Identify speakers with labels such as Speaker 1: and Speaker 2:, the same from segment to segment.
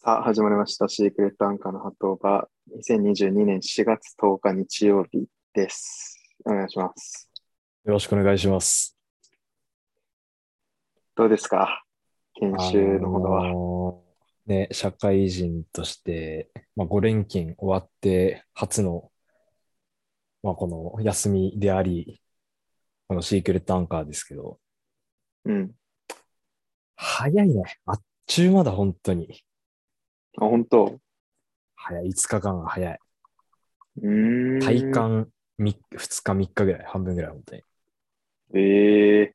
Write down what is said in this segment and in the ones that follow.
Speaker 1: さあ、始まりました。シークレットアンカーの鳩場、2022年4月10日日曜日です。お願いします。
Speaker 2: よろしくお願いします。
Speaker 1: どうですか研修のほど
Speaker 2: あ
Speaker 1: は。
Speaker 2: のーね、社会人として、まあ、5連勤終わって初の、まあ、この休みであり、このシークレットアンカーですけど、
Speaker 1: うん。
Speaker 2: 早いね。あっちゅうまだ本当に。
Speaker 1: あ、本当
Speaker 2: 早い。5日間が早い。
Speaker 1: うーん。
Speaker 2: 体。感2日、3日ぐらい、半分ぐらい本当に。
Speaker 1: ええ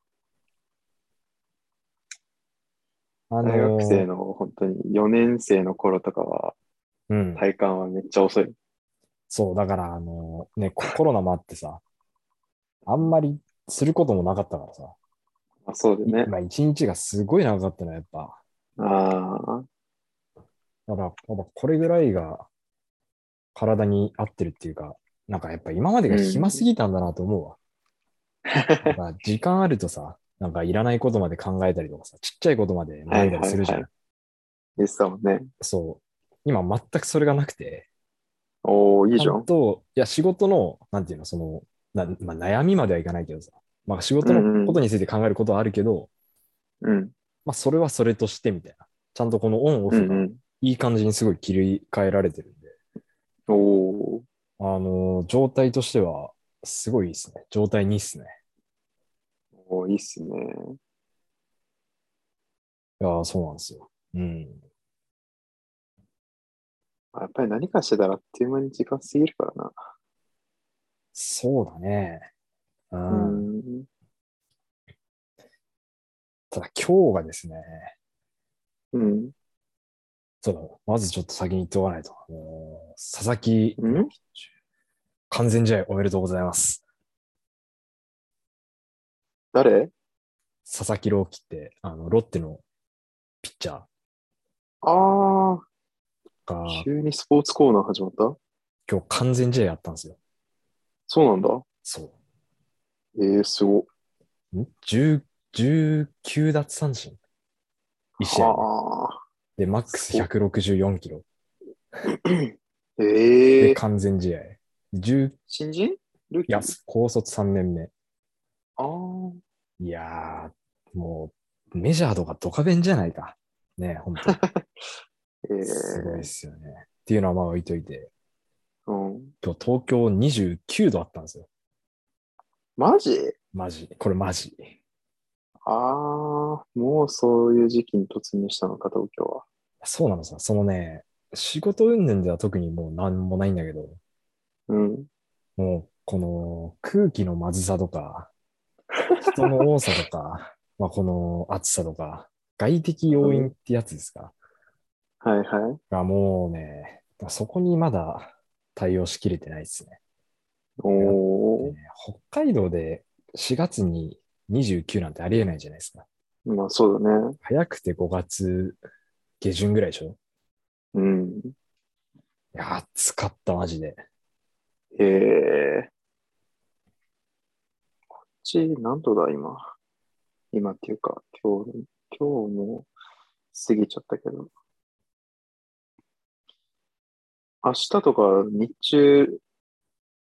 Speaker 2: あのー
Speaker 1: 大学生の本当に4年生の頃とかは
Speaker 2: うん。
Speaker 1: 体感はめっちゃ遅い。
Speaker 2: そう、だから、あのーね、ココロナもあってさ、あんまりすることもなかったからさ、
Speaker 1: あそうだよね。
Speaker 2: まあ、一日がすごい長かったのはやっぱ。
Speaker 1: ああ、
Speaker 2: だから、やっぱこれぐらいが体に合ってるっていうか、なんかやっぱ今までが暇すぎたんだなと思うわ。なんか時間あるとさ、なんかいらないことまで考えたりとかさ、ちっちゃいことまで悩んだりするじゃ
Speaker 1: は
Speaker 2: ん。
Speaker 1: いはいですだもんね。
Speaker 2: そう。今全くそれがなくて、
Speaker 1: おおいいじ
Speaker 2: ち
Speaker 1: ゃ
Speaker 2: ゃん
Speaker 1: ん。
Speaker 2: と、いや仕事の、なんていうの、その、なまあ、悩みまではいかないけどさ、まあ仕事
Speaker 1: うんう
Speaker 2: の
Speaker 1: ん
Speaker 2: ことについて考えることはあるけど、
Speaker 1: うん。
Speaker 2: まあそれはそれとしてみたいな。ちゃんとこのオンオ
Speaker 1: う
Speaker 2: フ
Speaker 1: んう
Speaker 2: が
Speaker 1: ん。
Speaker 2: いい感じにすごい切り替えられてるんで、
Speaker 1: おお
Speaker 2: あのー状態としては、すごいですね。状態にいいっすね。
Speaker 1: おーいいっすね。
Speaker 2: いやーそうなんですよ。うん。
Speaker 1: あやっぱり何かしてたらあっという間に時間過ぎるからな。
Speaker 2: そうだね。う。
Speaker 1: うんん。
Speaker 2: ただ今日がですね、
Speaker 1: うん。
Speaker 2: そうだ、まずちょっと先に言っておかないと。あのー佐々木、
Speaker 1: ん
Speaker 2: 完全試合おめでとうございます。
Speaker 1: 誰
Speaker 2: 佐々木朗希って、あの、ロッテのピッチャー
Speaker 1: あ
Speaker 2: が
Speaker 1: あ、急にスポーツコーナー始まった
Speaker 2: 今日完全試合やったんですよ。
Speaker 1: そうなんだ。
Speaker 2: そう。
Speaker 1: ええすご。
Speaker 2: ん10 19奪三振。1試合
Speaker 1: はあ。
Speaker 2: で、マックス164キロ。
Speaker 1: ええ
Speaker 2: で、完全試合。10、い
Speaker 1: 新人ルーキー
Speaker 2: や、高卒3年目。
Speaker 1: ああ。
Speaker 2: いやー、もう、メジャーとかドカベンじゃないか。ね、本当に
Speaker 1: ええ
Speaker 2: すごいですよね。っていうのはまあ置いといて、
Speaker 1: うん。
Speaker 2: 今日東京29度あったんですよ。
Speaker 1: マジ
Speaker 2: マジ。これマジ。
Speaker 1: ああ、もうそういう時期に突入したのか、東京は。
Speaker 2: そうなのさ、そのね、仕事云々では特にもう何もないんだけど、
Speaker 1: うん。
Speaker 2: もう、この空気のまずさとか、人の多さとか、 まあこの暑さとか、外的要因ってやつですか。
Speaker 1: はいはい。
Speaker 2: がもうね、そこにまだ対応しきれてないですね。
Speaker 1: お
Speaker 2: で
Speaker 1: お
Speaker 2: ね。北海道で4月に29なんてありえないじゃないですか。
Speaker 1: まあそうだね。
Speaker 2: 早くて5月下旬ぐらいでしょ
Speaker 1: うん。
Speaker 2: いや、暑かった、マジで。
Speaker 1: ええこっち、何度だ、今。今っていうか、今日、今日も過ぎちゃったけど。明日とか日中、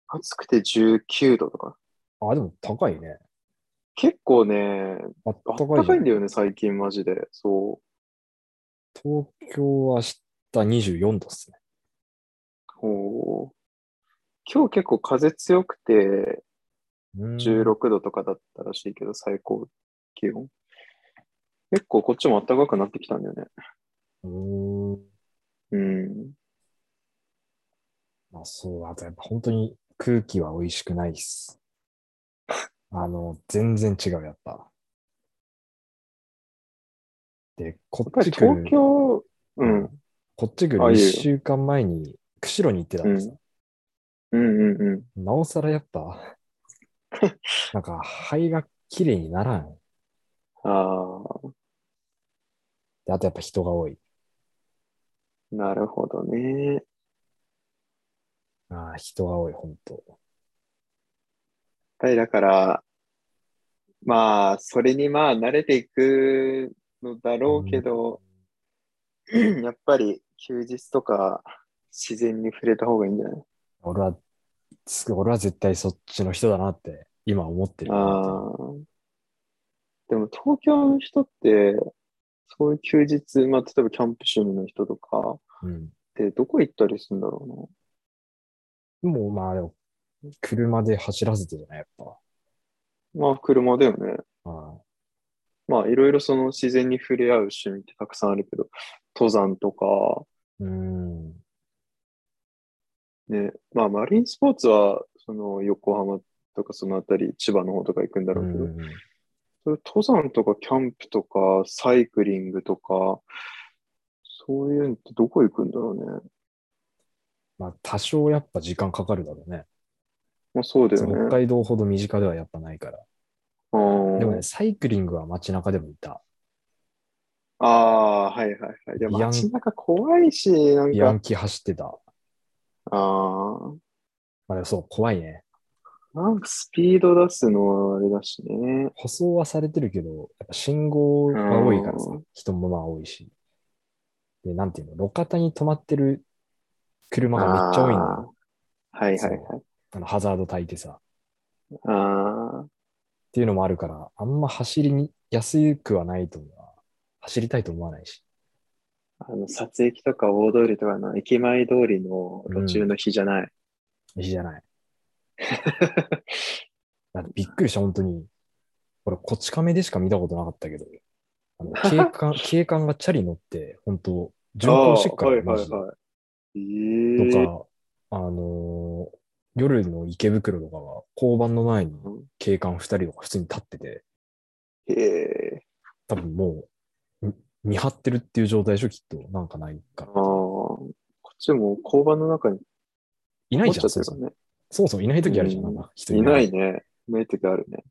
Speaker 1: 暑くて19度とか。
Speaker 2: あ、でも高いね。
Speaker 1: 結構ね、
Speaker 2: あっ
Speaker 1: あった
Speaker 2: かいじゃ
Speaker 1: たかいん
Speaker 2: ん
Speaker 1: だよね、最近マジで。そう。
Speaker 2: 東京は明日24度っすね。
Speaker 1: ほう今日結構風強くて、
Speaker 2: うん
Speaker 1: 16度とかだったらしいけど、最高気温。結構こっちも暖かくなってきたんだよね。
Speaker 2: うーん
Speaker 1: うん。
Speaker 2: まあそう、あとやっぱ本当に空気は美味しくないっす。あの、全然違う、やっぱ。で、こ
Speaker 1: やっ
Speaker 2: っ
Speaker 1: ぱ
Speaker 2: ち
Speaker 1: り
Speaker 2: 来る、
Speaker 1: 東京、うん、うん
Speaker 2: こっち来
Speaker 1: あい
Speaker 2: る
Speaker 1: いよ
Speaker 2: 1週間前に釧路に行ってたんですよ。
Speaker 1: うんう
Speaker 2: なおさらやっ ぱ、なんか肺が綺麗にならん。
Speaker 1: ん。あ
Speaker 2: であとやっぱ人が多い。
Speaker 1: あ、なるほどね。
Speaker 2: ああ、人が多い、本当。
Speaker 1: はい、だから、まあ、それにまあ、慣れていくのだろうけど、やっぱり休日とか自然に触れた方がいいんじゃない
Speaker 2: 俺は、す俺は絶対そっちの人だなって、今思ってる。
Speaker 1: ああ。でも東京の人って、そういう休日、まあ、例えばキャンプ趣味の人とか
Speaker 2: うん。
Speaker 1: ってどこ行ったりするんだろ
Speaker 2: もう、まあでも、車で走らせてじゃない、やっぱ。
Speaker 1: うな。まあ車だよね。
Speaker 2: うん
Speaker 1: まあいろいろその自然に触れ合う趣味ってたくさんあるけど、登山とか、
Speaker 2: うん。
Speaker 1: ね、まあマリンスポーツはその横浜とかそのあたり、千葉の方とか行くんだ
Speaker 2: う
Speaker 1: ろうけど、
Speaker 2: ん。
Speaker 1: そういう登山とかキャンプとかサイクリングとか、そういうのってどこ行くんだろうね。
Speaker 2: まあ、多少やっぱ時間かかるだろうね。
Speaker 1: まあそうだよね。
Speaker 2: 北海道ほど身近ではやっぱないから。
Speaker 1: うん
Speaker 2: でもね、サイクリングは街中でもいた。
Speaker 1: ああ、はいはいはい。でも
Speaker 2: ヤン
Speaker 1: 街中怖いし、なん
Speaker 2: ヤ
Speaker 1: か
Speaker 2: ン、キー走ってた。
Speaker 1: ああ、
Speaker 2: まあでもそう、怖いね。
Speaker 1: なんかスピード出すのはあれだしね。
Speaker 2: 舗装はされてるけど、やっぱ信号が多いからさ
Speaker 1: う、
Speaker 2: 人もまあ多いし。で、なんていうの、路肩に止まってる車がめっちゃ多いんだ
Speaker 1: あ
Speaker 2: よ。
Speaker 1: ーはいはいはい。
Speaker 2: あのハザード焚いてさ。っ
Speaker 1: あ
Speaker 2: ていうのもあるから、あんま走りに、安くはないと思うな。走りたいと思わないし。
Speaker 1: あ、あの、撮影機とか大通りとかの駅前通りの路中の日じゃない。
Speaker 2: いいじ ゃない。だってびっくりした、本当に。俺、こち亀でしか見たことなかったけど、あの警 官、警官がチャリ乗って、本当巡航してっから、
Speaker 1: ああはい
Speaker 2: マジで
Speaker 1: はいはい。ええ
Speaker 2: とか、あのー夜の池袋とかは、交番の前に
Speaker 1: うん
Speaker 2: 警官二人とか普通に立ってて、
Speaker 1: へえ
Speaker 2: 多分もう、み見張ってるっていう状態でしょ、きっと。なんかないか
Speaker 1: ああ、
Speaker 2: ら。
Speaker 1: こっちも交番の中に
Speaker 2: いない
Speaker 1: 落
Speaker 2: じ
Speaker 1: ち
Speaker 2: ゃ
Speaker 1: ちゃ
Speaker 2: ん、
Speaker 1: って
Speaker 2: そ
Speaker 1: る
Speaker 2: も
Speaker 1: から
Speaker 2: そも。
Speaker 1: ね。
Speaker 2: そもそもいない時あるじゃん、
Speaker 1: う
Speaker 2: なんんか人
Speaker 1: いない。ね。いない時あるね。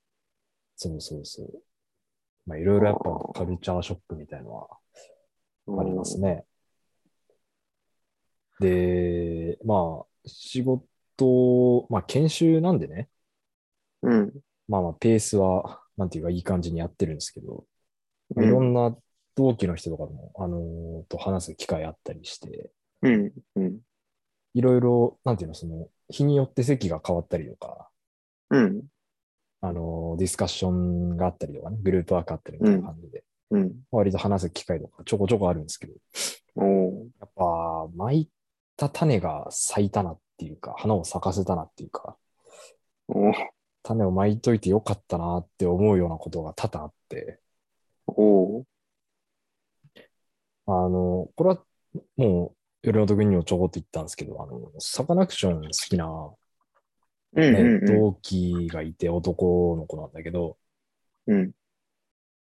Speaker 2: そうそうそう。まあ、いろいろやっぱカルチャーショックみたいのは
Speaker 1: うん
Speaker 2: ありますね。で、まあ、仕事、まあ、研修なんでね、
Speaker 1: うん。
Speaker 2: まあまあ、ペースは、なんていうか、いい感じにやってるんですけど、まあいろんな同期の人とかも、あのーと話す機会あったりして、
Speaker 1: うん。うん。
Speaker 2: いろいろ、なんていうの、その、日によって席が変わったりとか、
Speaker 1: うん。
Speaker 2: あのーディスカッションがあったりとかね、グループワークあったりみたいな感じで、
Speaker 1: うん。
Speaker 2: 割と話す機会とかちょこちょこあるんですけど、
Speaker 1: おー
Speaker 2: やっぱ、巻いた種が咲いたなっていうか、花を咲かせたなっていうか、
Speaker 1: おー
Speaker 2: 種を巻いといてよかったなって思うようなことが多々あって、
Speaker 1: おー
Speaker 2: あの、これはもう、夜の時にもちょこっと言ったんですけど、あの、サカナクション好きな、
Speaker 1: うん
Speaker 2: ね
Speaker 1: うんうん
Speaker 2: 同期がいて男の子なんだけど、
Speaker 1: うん。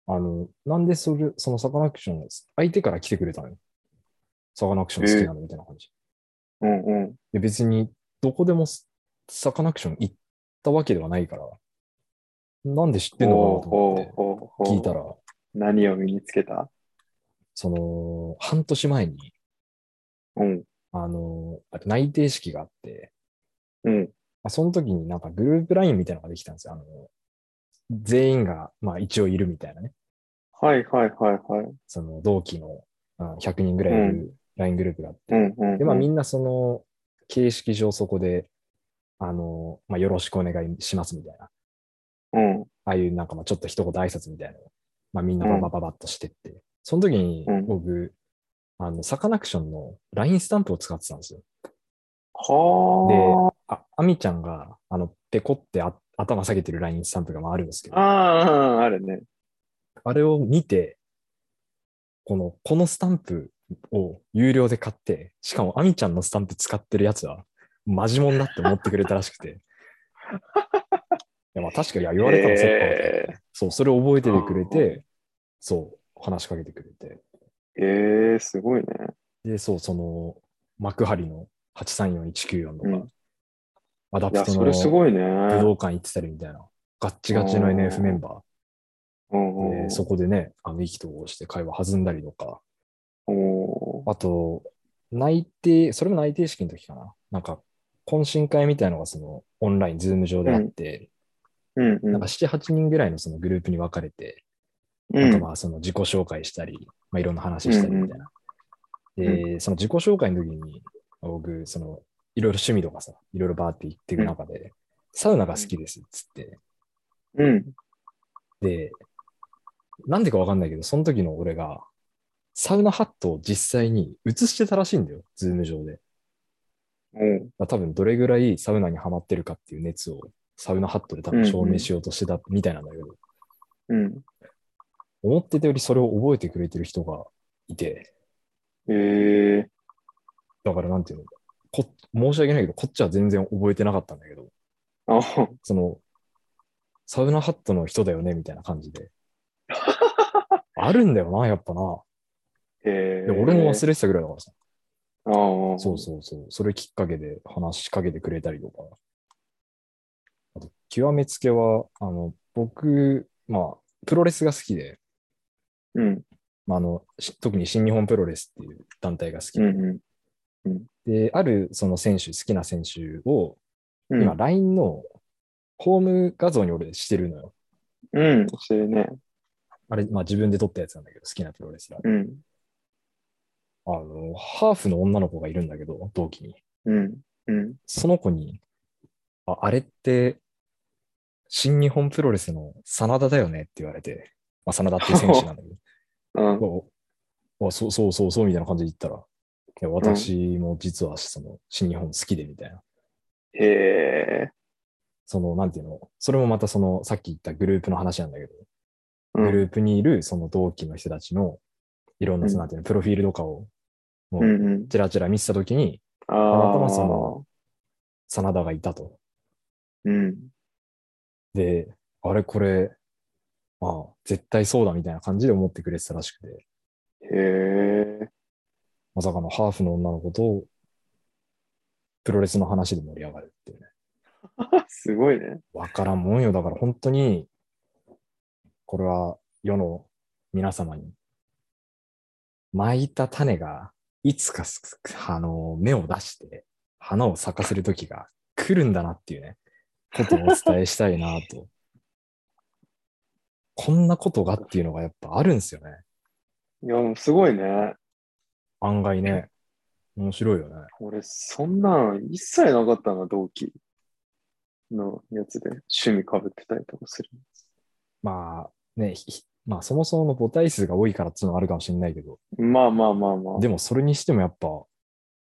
Speaker 2: あの、なんでそれ、そのサカナクション、相手から来てくれたのよ。サカナクション好きなのみたいな感じ。
Speaker 1: うんうん。
Speaker 2: で別にどこでもスサカナクション行ったわけではないから、なんで知ってんのかなと思って
Speaker 1: ほうほうほうほう
Speaker 2: 聞いたら、
Speaker 1: 何を身につけた
Speaker 2: その、半年前に、
Speaker 1: うん。
Speaker 2: あの、あ内定式があって、
Speaker 1: うん。
Speaker 2: まあ、その時になんかグループラインみたいなのができたんですよ。あの、全員が、まあ一応いるみたいなね。
Speaker 1: はいはいはいはい。
Speaker 2: その同期の、うん100人ぐらいいうるライングループがあって、
Speaker 1: うんうんうん。
Speaker 2: で、まあみんなその、形式上そこで、あの、まあよろしくお願いしますみたいな。
Speaker 1: うん。
Speaker 2: ああいうなんかまあちょっと一言挨拶みたいなのを、まあ、みんなババババッとしてって、その時に
Speaker 1: うん
Speaker 2: 僕、あの、サカナクションの LINE スタンプを使ってたんですよ。
Speaker 1: は
Speaker 2: あ、アミちゃんが、あの、ペコってあ頭下げてる LINE スタンプがまああるんですけ
Speaker 1: あ。
Speaker 2: ど、あ
Speaker 1: ああ、あるね。
Speaker 2: れを見て、この、このスタンプを有料で買って、しかもアミちゃんのスタンプ使ってるやつは、マジモンだって思ってくれたらし くて。いやまあ確かにいや言われたらそっかと思って、
Speaker 1: え
Speaker 2: そう、それを覚えててくれ
Speaker 1: うん
Speaker 2: て、そう、話しかけてくれて。
Speaker 1: えー、すごいね。
Speaker 2: で、そう、その、幕張の834194とか、
Speaker 1: うん
Speaker 2: アダ
Speaker 1: い
Speaker 2: プ
Speaker 1: や、
Speaker 2: ト
Speaker 1: そ
Speaker 2: の
Speaker 1: れ
Speaker 2: 武
Speaker 1: す
Speaker 2: 道
Speaker 1: ごいね。
Speaker 2: 館行ってたりみたいな、ガッチガチの
Speaker 1: うん
Speaker 2: NF メンバ
Speaker 1: うん
Speaker 2: ー
Speaker 1: うん
Speaker 2: で、そこでね、あの、意気投合して会話弾んだりとか、
Speaker 1: おー
Speaker 2: あと、内定、それも内定式の時かな。なんか、懇親会みたいのがその、オンライン、ズーム上であって、
Speaker 1: うんうん。
Speaker 2: なんか7、8人ぐらいのそのグループに分かれて、
Speaker 1: う
Speaker 2: なんか
Speaker 1: ん
Speaker 2: まあその自己紹介したり、まあ、いろんな話したりみたいなで、その自己紹介の時に、僕、その、いろいろ趣味とかさ、いろいろバーって言っていく中で、サウナが好きですっつって、
Speaker 1: うん。
Speaker 2: で、なんでかわかんないけど、その時の俺が、サウナハットを実際に映してたらしいんだよ、ズーム上で。
Speaker 1: おう
Speaker 2: まあ多分どれぐらいサウナにハマってるかっていう熱をサウナハットで多分証明しようとしてたみたいなんだけど、
Speaker 1: うん。
Speaker 2: 思ってたよりそれを覚えてくれてる人がいて、
Speaker 1: ええ
Speaker 2: だからなんていうの、こ申し訳ないけど、こっちは全然覚えてなかったんだけど、
Speaker 1: あ、
Speaker 2: その、サウナハットの人だよねみたいな感 じで。あるんだよな、やっぱな。
Speaker 1: ええ
Speaker 2: で俺も忘れてたぐらいだからさ。
Speaker 1: ああ。
Speaker 2: そうそうそう。それきっかけで話しかけてくれたりとか。あと、極めつけは、あの、僕、まあ、プロレスが好きで、
Speaker 1: う。うん。
Speaker 2: まあ、あの、し特に新日本プロレスっていう団体が好き
Speaker 1: う
Speaker 2: で、
Speaker 1: んうん。
Speaker 2: であるその選手、好きな選手を、
Speaker 1: うん
Speaker 2: 今、LINE のホーム画像に俺してるのよ。
Speaker 1: うん、してるね。
Speaker 2: あれ、まあ自分で撮ったやつなんだけど、好きなプロレスラーで。
Speaker 1: うん。
Speaker 2: あの、ハーフの女の子がいるんだけど、同期に。
Speaker 1: うん。うん。
Speaker 2: その子に、ああれって、新日本プロレスの真田だよねって言われて、まあ、真田っていう選手なんだけ
Speaker 1: あ
Speaker 2: ど、おあそうそうそうそうみたいな感じで言ったら、いや私も実はその新日本好きでみたいな。
Speaker 1: へえ。
Speaker 2: その、なんていうの、それもまたその、さっき言ったグループの話なんだけど、
Speaker 1: う
Speaker 2: グ
Speaker 1: ん。
Speaker 2: ループにいるその同期の人たちの、いろんな、
Speaker 1: うん
Speaker 2: なんていうの、プロフィールとかを、も
Speaker 1: う
Speaker 2: う、
Speaker 1: んうん。
Speaker 2: ちらちら見てたときに、
Speaker 1: あ
Speaker 2: たまたま
Speaker 1: あ。
Speaker 2: その真田がいたと。
Speaker 1: うん。
Speaker 2: で、あれこれ、まあ、絶対そうだみたいな感じで思ってくれてたらしくて、
Speaker 1: へえ。
Speaker 2: まさかのハーフの女の子と、プロレスの話で盛り上がるっていうね。
Speaker 1: すごいね。
Speaker 2: わからんもんよ。だから本当に、これは世の皆様に、巻いた種が、いつかす、あの、芽を出して、花を咲かせる時が来るんだなっていうね、ことをお伝えしたいなと。 こんなことがっていうのがやっぱあるんですよね。
Speaker 1: いや、もうすごいね。
Speaker 2: 案外ね。面白いよね。
Speaker 1: 俺、そんなの一切なかったな、同期のやつで。趣味かぶってたりとかする。
Speaker 2: まあ、ね、ひまあそもそもの母体数が多いからっていうのはあるかもしれないけど、
Speaker 1: まあまあまあまあ。
Speaker 2: でもそれにしてもやっぱ、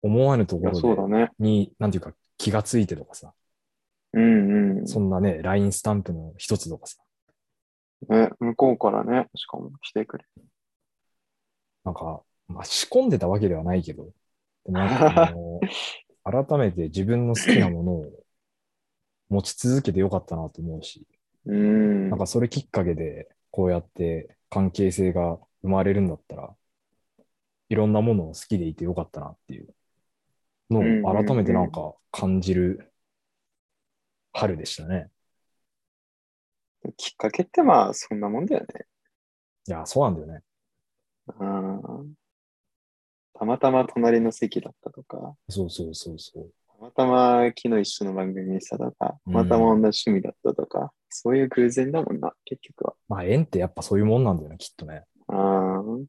Speaker 2: 思わぬとこ
Speaker 1: いや
Speaker 2: ろで
Speaker 1: そうだね。
Speaker 2: に、なんていうか気がついてとかさ、
Speaker 1: うんうん。
Speaker 2: そんなね、LINE スタンプの一つとかさ、
Speaker 1: ね、向こうからね、しかも来てくれ。
Speaker 2: なんか、まあ仕込んでたわけではないけど、でもなんかあ の改めて自分の好きなものを持ち続けてよかったなと思うし、
Speaker 1: うん。
Speaker 2: なんかそれきっかけで、こうやって関係性が生まれるんだったら、いろんなものを好きでいてよかったなっていうのを改めてなんか感じる春でしたね。
Speaker 1: きっかけってまあ、そんなもんだよね。
Speaker 2: いや、そうなんだよね。
Speaker 1: うん。たまたま隣の席だったとか、
Speaker 2: そうそうそうそう。
Speaker 1: たまたま昨日一緒の番組見てたとか、たまたま同じ趣味だったとか、そういう偶然だもんな、結局は。
Speaker 2: まあ縁ってやっぱそういうもんなんだよね、きっとね。
Speaker 1: うん。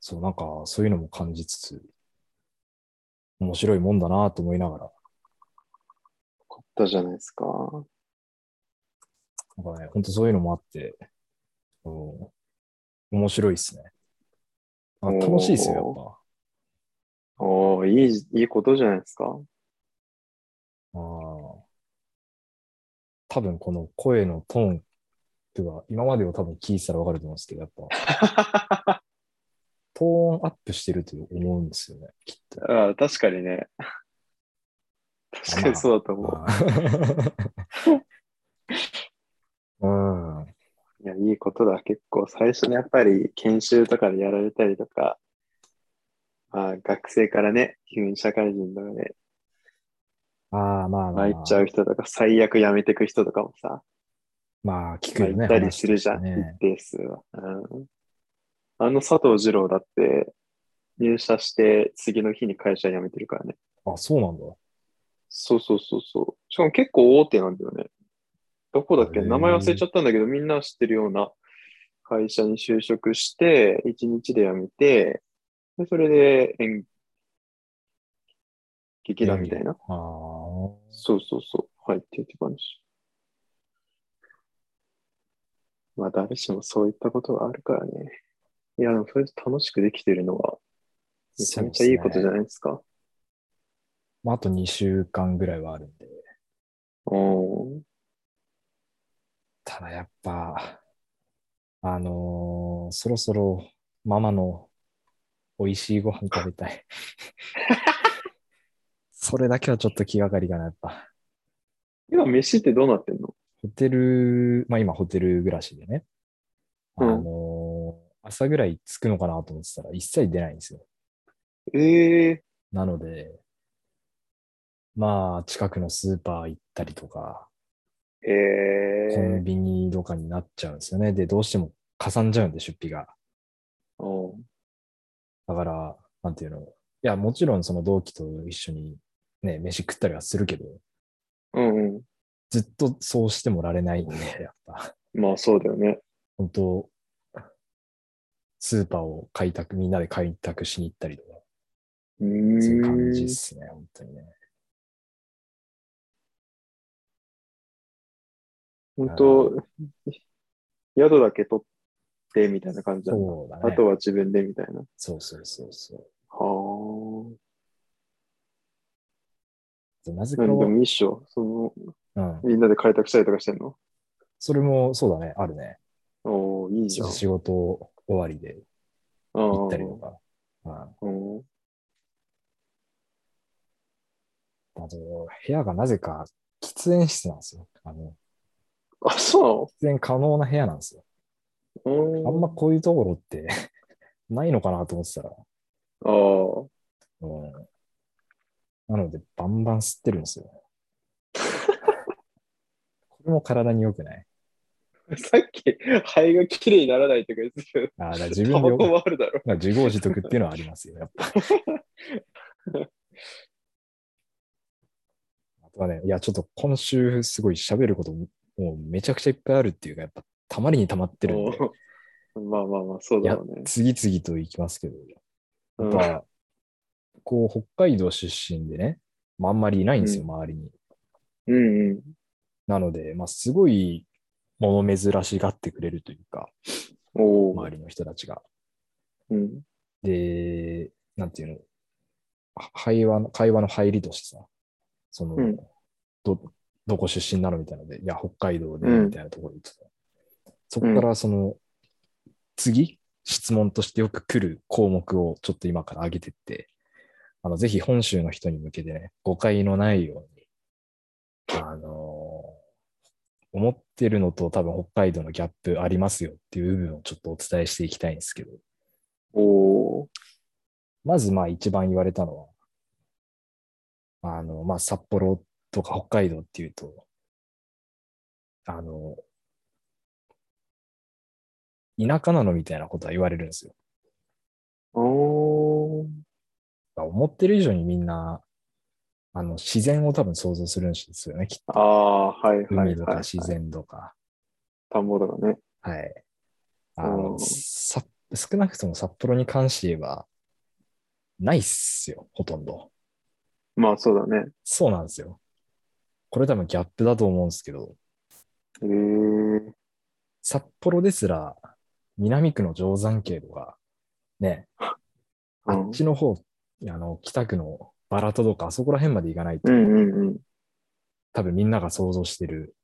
Speaker 2: そう、なんかそういうのも感じつつ、面白いもんだなと思いながら、
Speaker 1: よかったじゃないですか。
Speaker 2: なんかね、ほんとそういうのもあって、うん、面白いっすね。なんか楽しいっすよ、やっぱ。
Speaker 1: おおいい、いいことじゃないですか。
Speaker 2: ああ。多分この声のトーンっていうか、今までを多分聞いてたらわかると思うんですけど、やっぱ。トーンアップしてると思うんですよね、きっと。
Speaker 1: ああ、確かにね。 確かにそうだ と思う。
Speaker 2: うん。うん
Speaker 1: いや、いいことだ。結構最初にやっぱり研修とかでやられたりとか、まあ、学生からね、急に社会人とかで
Speaker 2: ああ、まあまあ、
Speaker 1: 参っちゃう人とか、最悪辞めてく人とかもさ、
Speaker 2: まあ、聞く
Speaker 1: まあ
Speaker 2: よ
Speaker 1: 行
Speaker 2: ね。
Speaker 1: ったりするじゃん、
Speaker 2: 話とかね
Speaker 1: 一定数は。うんあの佐藤二郎だって、入社して次の日に会社辞めてるからね。
Speaker 2: あ、そうなんだ。
Speaker 1: そうそうそうそう。しかも結構大手なんだよね。どこだっけ
Speaker 2: へー
Speaker 1: 名前忘れちゃったんだけど、みんな知ってるような会社に就職して、1日で辞めて、でそれで演劇団みたいな。
Speaker 2: ああ。
Speaker 1: そうそうそう。入ってって感じ。まあ、誰しもそういったことはあるからね。いや、でもそれで楽しくできてるのは、めちゃめちゃいいことじゃ
Speaker 2: い
Speaker 1: ないですか。
Speaker 2: まあ、あと2週間ぐらいはあるんで。
Speaker 1: うん。
Speaker 2: ただやっぱ、あのーそろそろママの美味しいご飯食べ たい。それだけはちょっと気がかりかな、やっぱ。
Speaker 1: 今、飯ってどうなってんの
Speaker 2: ホテル、まあ今ホテル暮らしでね、あ
Speaker 1: うん
Speaker 2: のー朝ぐらい着くのかなと思ってたら一切出ないんですよ。
Speaker 1: ええ
Speaker 2: なので、まあ近くのスーパー行ったりとか、
Speaker 1: え
Speaker 2: コン
Speaker 1: え
Speaker 2: ビニとかになっちゃうんですよね。で、どうしてもかさんじゃうんで、出費が。
Speaker 1: うん
Speaker 2: だから、なんていうの。いや、もちろんその同期と一緒にね、飯食ったりはするけど、
Speaker 1: うんう
Speaker 2: ずっとそうしてもられないんで、やっぱ。
Speaker 1: ん。まあ、そうだよね。
Speaker 2: 本当スーパーを開拓、みんなで開拓しに行ったりとか、
Speaker 1: う
Speaker 2: そういう
Speaker 1: ー
Speaker 2: 感
Speaker 1: ん。
Speaker 2: じっすね、本当にね。
Speaker 1: 本当、宿だけ取ってみたいな感じだ、ね、
Speaker 2: そうだ
Speaker 1: あ
Speaker 2: ね。
Speaker 1: とは自分でみたいな。
Speaker 2: そうそうそうそう。
Speaker 1: は
Speaker 2: でなぜ
Speaker 1: あ。
Speaker 2: か
Speaker 1: 何で
Speaker 2: の、
Speaker 1: もいいっしょ。その、
Speaker 2: うん。
Speaker 1: みんなで開拓したりとかしてんの
Speaker 2: それも、そうだね、あるね。
Speaker 1: おーいいじ
Speaker 2: ち
Speaker 1: ゃ
Speaker 2: ょ
Speaker 1: ん
Speaker 2: っ。と仕事終わりで行ったりとか。うん
Speaker 1: うん。
Speaker 2: あと、部屋がなぜか喫煙室なんですよ。あの、
Speaker 1: あ、そ
Speaker 2: 喫煙可能な部屋なんですよ。
Speaker 1: うなの
Speaker 2: あんまこういうところって ないのかなと思ってたら、
Speaker 1: あー
Speaker 2: うん、なのでバンバン吸ってるん ですよ。これも体に良くない
Speaker 1: さっき、肺がきれいにならないって言ってたけ
Speaker 2: あーだから自
Speaker 1: ど、
Speaker 2: 分
Speaker 1: タ
Speaker 2: で
Speaker 1: バコもあ
Speaker 2: よく、
Speaker 1: るだろ。
Speaker 2: まあ自業自得っていうのはありますよ、やっぱ。 あとはね、いや、ちょっと今週すごい喋ることももうめちゃくちゃいっぱいあるっていうか、やっぱたまりにたまってるんで、
Speaker 1: おーまあまあまあ、そうだろうね。
Speaker 2: 次々と行きますけど、
Speaker 1: う
Speaker 2: やっ
Speaker 1: ん
Speaker 2: ぱ、こう、北海道出身でね、まあ、あんまりいないんですよ、
Speaker 1: う
Speaker 2: 周りに。
Speaker 1: うんうん。
Speaker 2: なので、まあ、すごい、物珍しがってくれるというか、
Speaker 1: おー
Speaker 2: 周りの人たちが。
Speaker 1: うん。
Speaker 2: で、なんていうの、は会話の、会話の入りとしてさ、その、
Speaker 1: うん
Speaker 2: ど、どこ出身なのみたいなので、いや、北海道で、
Speaker 1: うん
Speaker 2: みたいなところで言ってた。そこから、その、次、質問としてよく来る項目をちょっと今から上げてって、あの、ぜひ本州の人に向けてね、誤解のないように、あのー思ってるのと多分北海道のギャップありますよっていう部分をちょっとお伝えしていきたいんですけど、
Speaker 1: おー
Speaker 2: まずまあ一番言われたのは、あの、まあ札幌とか北海道っていうと、あの、田舎なのみたいなことは言われるんですよ。
Speaker 1: おー
Speaker 2: 思ってる以上にみんな、あの、自然を多分想像するんですよね、きっ
Speaker 1: あ
Speaker 2: と。
Speaker 1: あ、はいはいはい、はい。
Speaker 2: 海とか自然とか。
Speaker 1: 田んぼとかね。
Speaker 2: はい。あ
Speaker 1: う
Speaker 2: の、
Speaker 1: ん
Speaker 2: さ少なくとも札幌に関して言えば、ないっすよ、ほとんど。
Speaker 1: まあそうだね。
Speaker 2: そうなんですよ。これ多分ギャップだと思うんですけど、
Speaker 1: えー、
Speaker 2: 札幌ですら、南区の定山渓とか、ね、
Speaker 1: う
Speaker 2: あ
Speaker 1: ん
Speaker 2: っちの方、あの、北区のバラトとか、あそこら辺まで行かないと、
Speaker 1: うんうんうん。
Speaker 2: 多分みんなが想像してる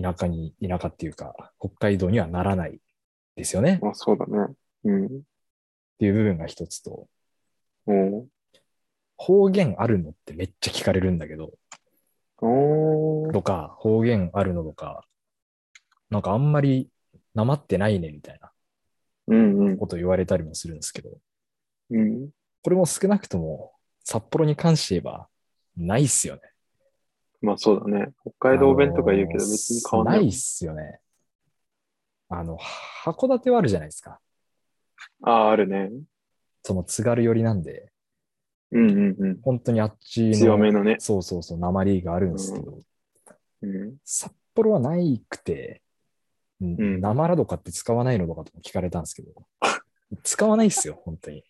Speaker 2: 田舎に、田舎っていうか、北海道にはならないですよね。っ
Speaker 1: まあそうだね。うん。
Speaker 2: ていう部分が一つと、
Speaker 1: お
Speaker 2: 方言あるのってめっちゃ聞かれるんだけど、
Speaker 1: ーおー
Speaker 2: とか、方言あるのとか、なんかあんまりなまってないねみたいな
Speaker 1: うんうん。
Speaker 2: こと言われたりもするんですけど、
Speaker 1: うん。
Speaker 2: これも少なくとも札幌に関して言えばないっすよね。
Speaker 1: まあそうだね。北海道弁とか言うけど別に変わんな
Speaker 2: あの
Speaker 1: い。
Speaker 2: ないっすよね。あの、函館はあるじゃないですか。
Speaker 1: ああ、あるね。
Speaker 2: その津軽寄りなんで、
Speaker 1: うんうんうん。
Speaker 2: 本当にあっちの。
Speaker 1: 強めのね。
Speaker 2: そうそうそう、鉛があるんですけど、
Speaker 1: うん。
Speaker 2: 札幌はないくて、
Speaker 1: ん
Speaker 2: なまらとかって使わないのとかとも聞かれたんですけど、使わないっすよ、本当に。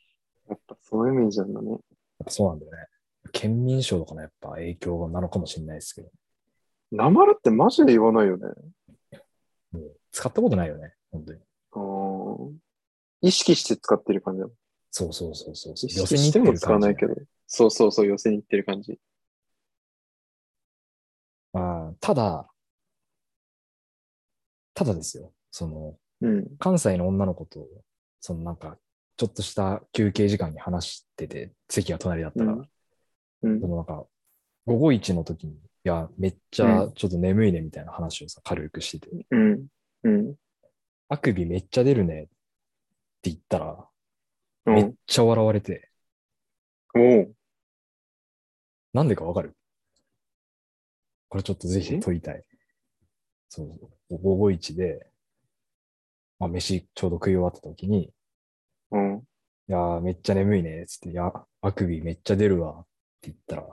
Speaker 1: そういうイメージなんだね。
Speaker 2: やっぱそうなんだよね。県民賞とかのやっぱ影響なのかもしれないですけど、
Speaker 1: なまるってマジで言わないよね。
Speaker 2: もう使ったことないよね、本当に。
Speaker 1: うん意識して使ってる感じだもん。
Speaker 2: そうそうそうそうそう。
Speaker 1: 意識しても使わないけ
Speaker 2: ど。
Speaker 1: ど。そうそうそう、寄せに行ってる感じ。
Speaker 2: まあ、ただ、ただですよ。その、
Speaker 1: うん。
Speaker 2: 関西の女の子と、そのなんか、ちょっとした休憩時間に話してて、席が隣だったか
Speaker 1: う
Speaker 2: ら、
Speaker 1: んうん
Speaker 2: で。もなんか、午後一の時に、いや、めっちゃちょっと眠いねみたいな話をさ、軽くしてて、
Speaker 1: うん。うん。
Speaker 2: あくびめっちゃ出るねって言ったら、
Speaker 1: う
Speaker 2: めっ
Speaker 1: ん。
Speaker 2: ちゃ笑われて、
Speaker 1: おう
Speaker 2: なんでかわかるこれちょっとぜひ問いたい。そう、午後一で、まあ、飯ちょうど食い終わった時に、
Speaker 1: うん。
Speaker 2: いやー、めっちゃ眠いね、つって、いや、あくびめっちゃ出るわ、って言ったら、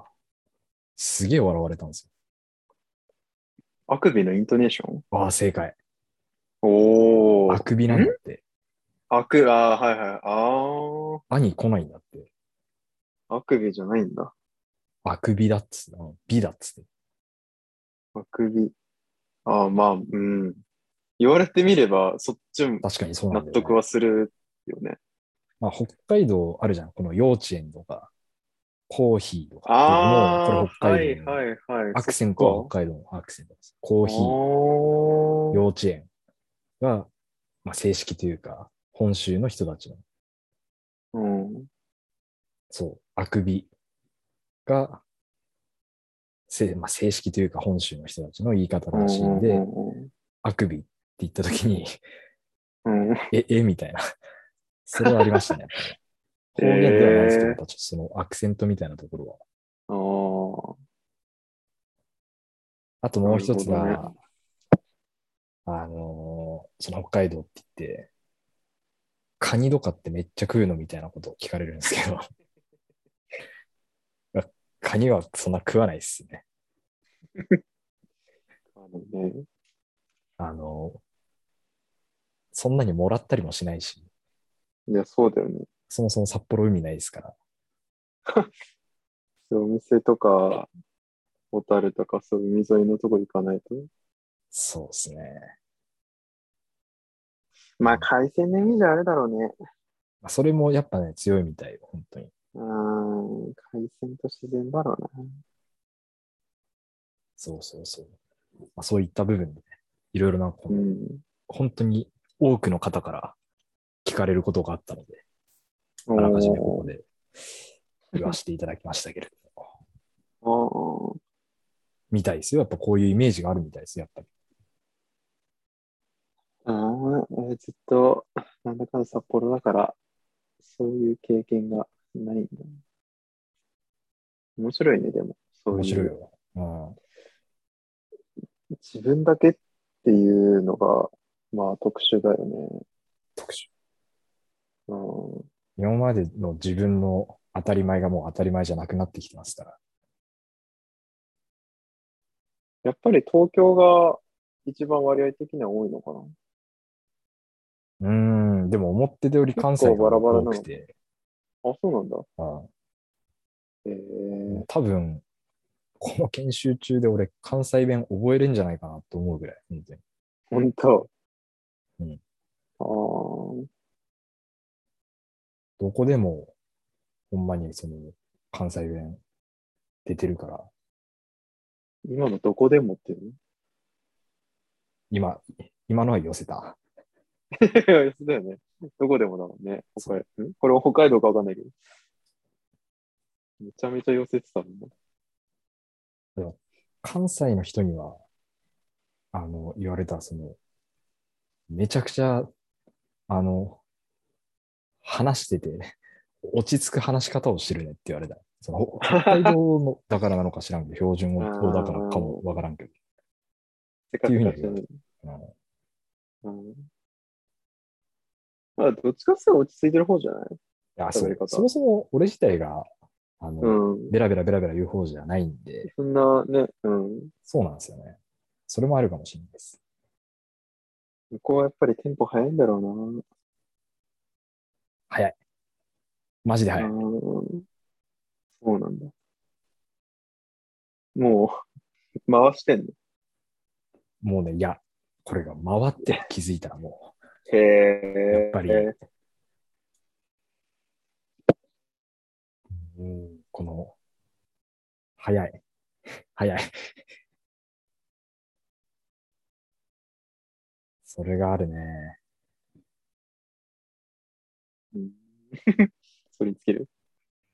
Speaker 2: すげえ笑われたんです
Speaker 1: あくびのイントネーション
Speaker 2: よ。ああ、正解。
Speaker 1: お
Speaker 2: あ
Speaker 1: ー。
Speaker 2: くびなんだって。
Speaker 1: あく、あーはいはい。
Speaker 2: 兄来ないんだって。
Speaker 1: あー。あくびじゃないんだ。
Speaker 2: あくびだっつって、うん美だっつって。
Speaker 1: あくび。ああ、まあ、うん。言われてみれば、そっちも
Speaker 2: 確かにそうな
Speaker 1: 納
Speaker 2: んだよ、ね。
Speaker 1: 得はするよね。
Speaker 2: まあ、北海道あるじゃん。この幼稚園とか、コーヒーとかっていう
Speaker 1: あ
Speaker 2: のも、
Speaker 1: あ
Speaker 2: これ北
Speaker 1: ー、は
Speaker 2: 海
Speaker 1: い
Speaker 2: 道の、
Speaker 1: はいはい。
Speaker 2: アクセントは北海道のアクセントです。コー
Speaker 1: コ
Speaker 2: ヒー、幼稚園が、まあ、正式というか、本州の人たちの、
Speaker 1: うん。
Speaker 2: そう、あくびが、せまあ、正式というか、本州の人たちの言い方らしいんで、あくびって言ったときに、
Speaker 1: うん。うん。
Speaker 2: え、えみたいな。それはありましたね。 方言ではないですけど、やっぱちょっとそのアクセントみたいなところは。
Speaker 1: あー
Speaker 2: あともう一つ
Speaker 1: なる
Speaker 2: が、
Speaker 1: ほど
Speaker 2: あのーその北海道って言って、カニとかってめっちゃ食うのみたいなことを聞かれるんですけど、 カニはそんな食わないっすね。
Speaker 1: あのね。
Speaker 2: あのーそんなにもらったりもしないし、
Speaker 1: いや、そうだよね。
Speaker 2: そもそも札幌海ないですから、
Speaker 1: お店とか、小樽とか、そういう海沿いのとこ行かないと。
Speaker 2: そうですね。
Speaker 1: まあ、海鮮のイメージあれだろうね。
Speaker 2: まあそれもやっぱね、強いみたいよ、本当に。
Speaker 1: うん、海鮮と自然だろうな。
Speaker 2: そうそうそう。まあ、そういった部分でね、いろいろな、こう
Speaker 1: うん。
Speaker 2: 本当に多くの方から聞かれることがあったので、あらかじめここで言わせていただきましたけれども、
Speaker 1: おー
Speaker 2: みたいですよ。やっぱこういうイメージがあるみたいですよ、やっぱり。
Speaker 1: あーえーずっと、なんだかんだ札幌だから、そういう経験がないんだ。面白いね、でも。そうう
Speaker 2: 面白いよ。うん、
Speaker 1: 自分だけっていうのが、まあ特殊だよね。
Speaker 2: 特殊。
Speaker 1: うん、
Speaker 2: 今までの自分の当たり前がもう当たり前じゃなくなってきてますから。
Speaker 1: やっぱり東京が一番割合的には多いのかな。
Speaker 2: うーん、でも思ってたより関西が
Speaker 1: 結構バラバラな
Speaker 2: 多
Speaker 1: の
Speaker 2: くて、
Speaker 1: あ、そうなんだ。
Speaker 2: うん
Speaker 1: えー、
Speaker 2: 多分、この研修中で俺関西弁覚えれんじゃないかなと思うぐらい、本当に。
Speaker 1: 本当。
Speaker 2: うん
Speaker 1: あー
Speaker 2: どこでも、ほんまにその関西弁出てるから、
Speaker 1: 今のどこでもっていう
Speaker 2: 今、今のは寄せた。
Speaker 1: のそうだよね。どこでもだもんね。北海んこれ北海道かわかんないけど。めちゃめちゃ寄せてたもんね。
Speaker 2: 関西の人には、あの、言われた、その、めちゃくちゃ、あの、話してて、落ち着く話し方をしてるねって言われた。その、北海道の、だからなのか知らんけど、標準語だからかもわからんけど。
Speaker 1: せか
Speaker 2: ってい
Speaker 1: せ
Speaker 2: うふう
Speaker 1: か
Speaker 2: に
Speaker 1: し
Speaker 2: 言われ
Speaker 1: て
Speaker 2: う
Speaker 1: な
Speaker 2: ん
Speaker 1: いうんまあ、どっちかっていうと落ち着いてる方じゃない
Speaker 2: いや
Speaker 1: 喋
Speaker 2: そ
Speaker 1: り
Speaker 2: う
Speaker 1: 方
Speaker 2: そもそも俺自体が、あの、
Speaker 1: うん。
Speaker 2: ベラベラベラベラ言う方じゃないんで、
Speaker 1: そんなね、うん。
Speaker 2: そうなんですよね。それもあるかもしれないです。
Speaker 1: 向こうはやっぱりテンポ早いんだろうな。
Speaker 2: マジで早い。
Speaker 1: うんそうなんだ。もう、 回してんの
Speaker 2: もうね、いや、これが回って気づいたらも
Speaker 1: へ
Speaker 2: う、
Speaker 1: え。
Speaker 2: やっぱり、うん、この、早い。 早い。それがあるね。
Speaker 1: うん それに尽きる。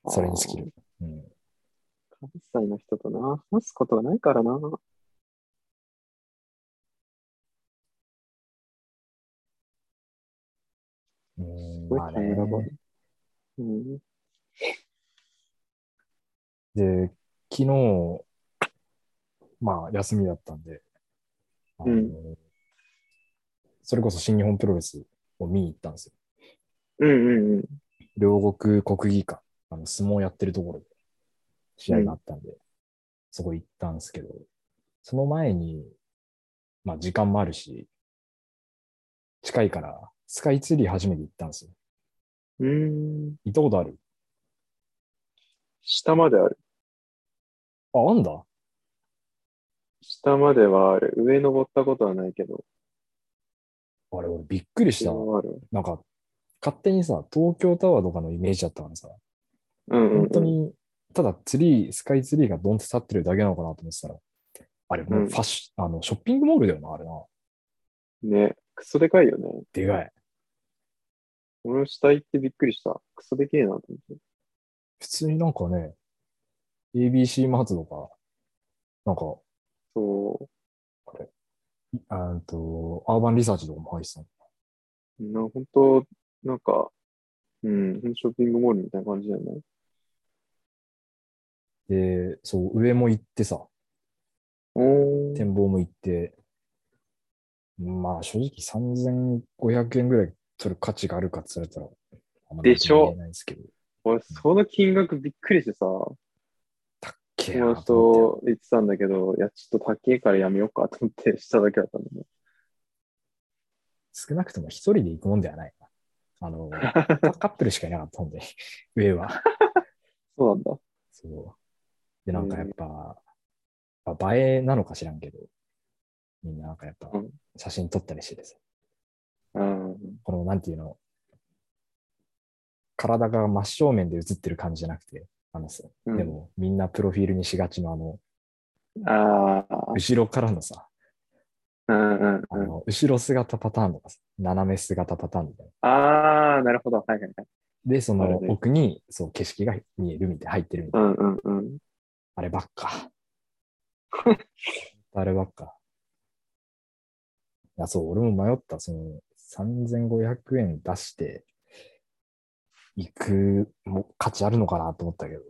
Speaker 2: それに尽きる。うん、
Speaker 1: あー。関西の人とな、話すことがないからな。
Speaker 2: うん
Speaker 1: ごい
Speaker 2: まあね
Speaker 1: カメラマンうん。
Speaker 2: で、昨日、まあ、休みだったんで、あの
Speaker 1: うん
Speaker 2: それこそ新日本プロレスを見に行ったんですよ。
Speaker 1: うんうんうん。
Speaker 2: 両国国技館、あの相撲やってるところで試合があったんで、そこ行ったんですけど、その前に、まあ、時間もあるし、近いから、スカイツリー初めて行ったんですよ。
Speaker 1: うーん。
Speaker 2: 行ったことある
Speaker 1: 下まである。
Speaker 2: あ、あんだ
Speaker 1: 下まではある。上登ったことはないけど。
Speaker 2: あれ、俺びっくりした
Speaker 1: 下。はある。
Speaker 2: なんか、勝手にさ、東京タワーとかのイメージだったからさ、
Speaker 1: うんうん、う
Speaker 2: 本
Speaker 1: ん。
Speaker 2: 当に、ただツリー、スカイツリーがドンって立ってるだけなのかなと思ってたら、あれ、もうファッシ、あの、ショッピングモールだよな、あれな。
Speaker 1: ね。クソでかいよね。
Speaker 2: でかい。
Speaker 1: 俺も下行ってびっくりした。クソでけえなと思って。
Speaker 2: 普通になんかね、ABC マートとか、なんか、
Speaker 1: そ
Speaker 2: あーと、アーバンリサーチとかも入ってたの
Speaker 1: う。な、本当なんか、うん、ショッピングモールみたいな感じだよね。
Speaker 2: で、そう、上も行ってさ、
Speaker 1: おー。
Speaker 2: 展望も行って、まあ正直3500円ぐらい取る価値があるかって言われたら、あんまり
Speaker 1: でしょ
Speaker 2: 言えないですけど、
Speaker 1: 俺、その金額びっくりしてさ、友
Speaker 2: たっけえな
Speaker 1: 達
Speaker 2: と思って
Speaker 1: と言ってたんだけど、いや、ちょっと高えからやめようかと思ってしただけだったんだね。
Speaker 2: 少なくとも一人で行くもんではない。あ の、カップルしかいなかったんで、上は。
Speaker 1: そうなんだ。
Speaker 2: そう。で、なんかやっぱ、まあ映えなのか知らんけど、みんななんかやっぱ
Speaker 1: うん
Speaker 2: 写真撮ったりしててさ、
Speaker 1: うん。
Speaker 2: このなんていうの、体が真正面で写ってる感じじゃなくて、あのさ、
Speaker 1: うん
Speaker 2: でもみんなプロフィールにしがちのあの、
Speaker 1: ああ、
Speaker 2: 後ろからのさ、
Speaker 1: うんうん
Speaker 2: あ
Speaker 1: うん。
Speaker 2: の、後ろ姿パターンとかさ、斜め姿パターンみたいな。
Speaker 1: ああ、なるほど。はいはいはい。
Speaker 2: で、その
Speaker 1: あれね
Speaker 2: 奥に、そう、景色が見えるみたいな、入ってるみたいな
Speaker 1: うんうんうん。
Speaker 2: あればっ か。あればっか。いや、そう、俺も迷った。その、3500円出して、行く、もう価値あるのかなと思ったけど、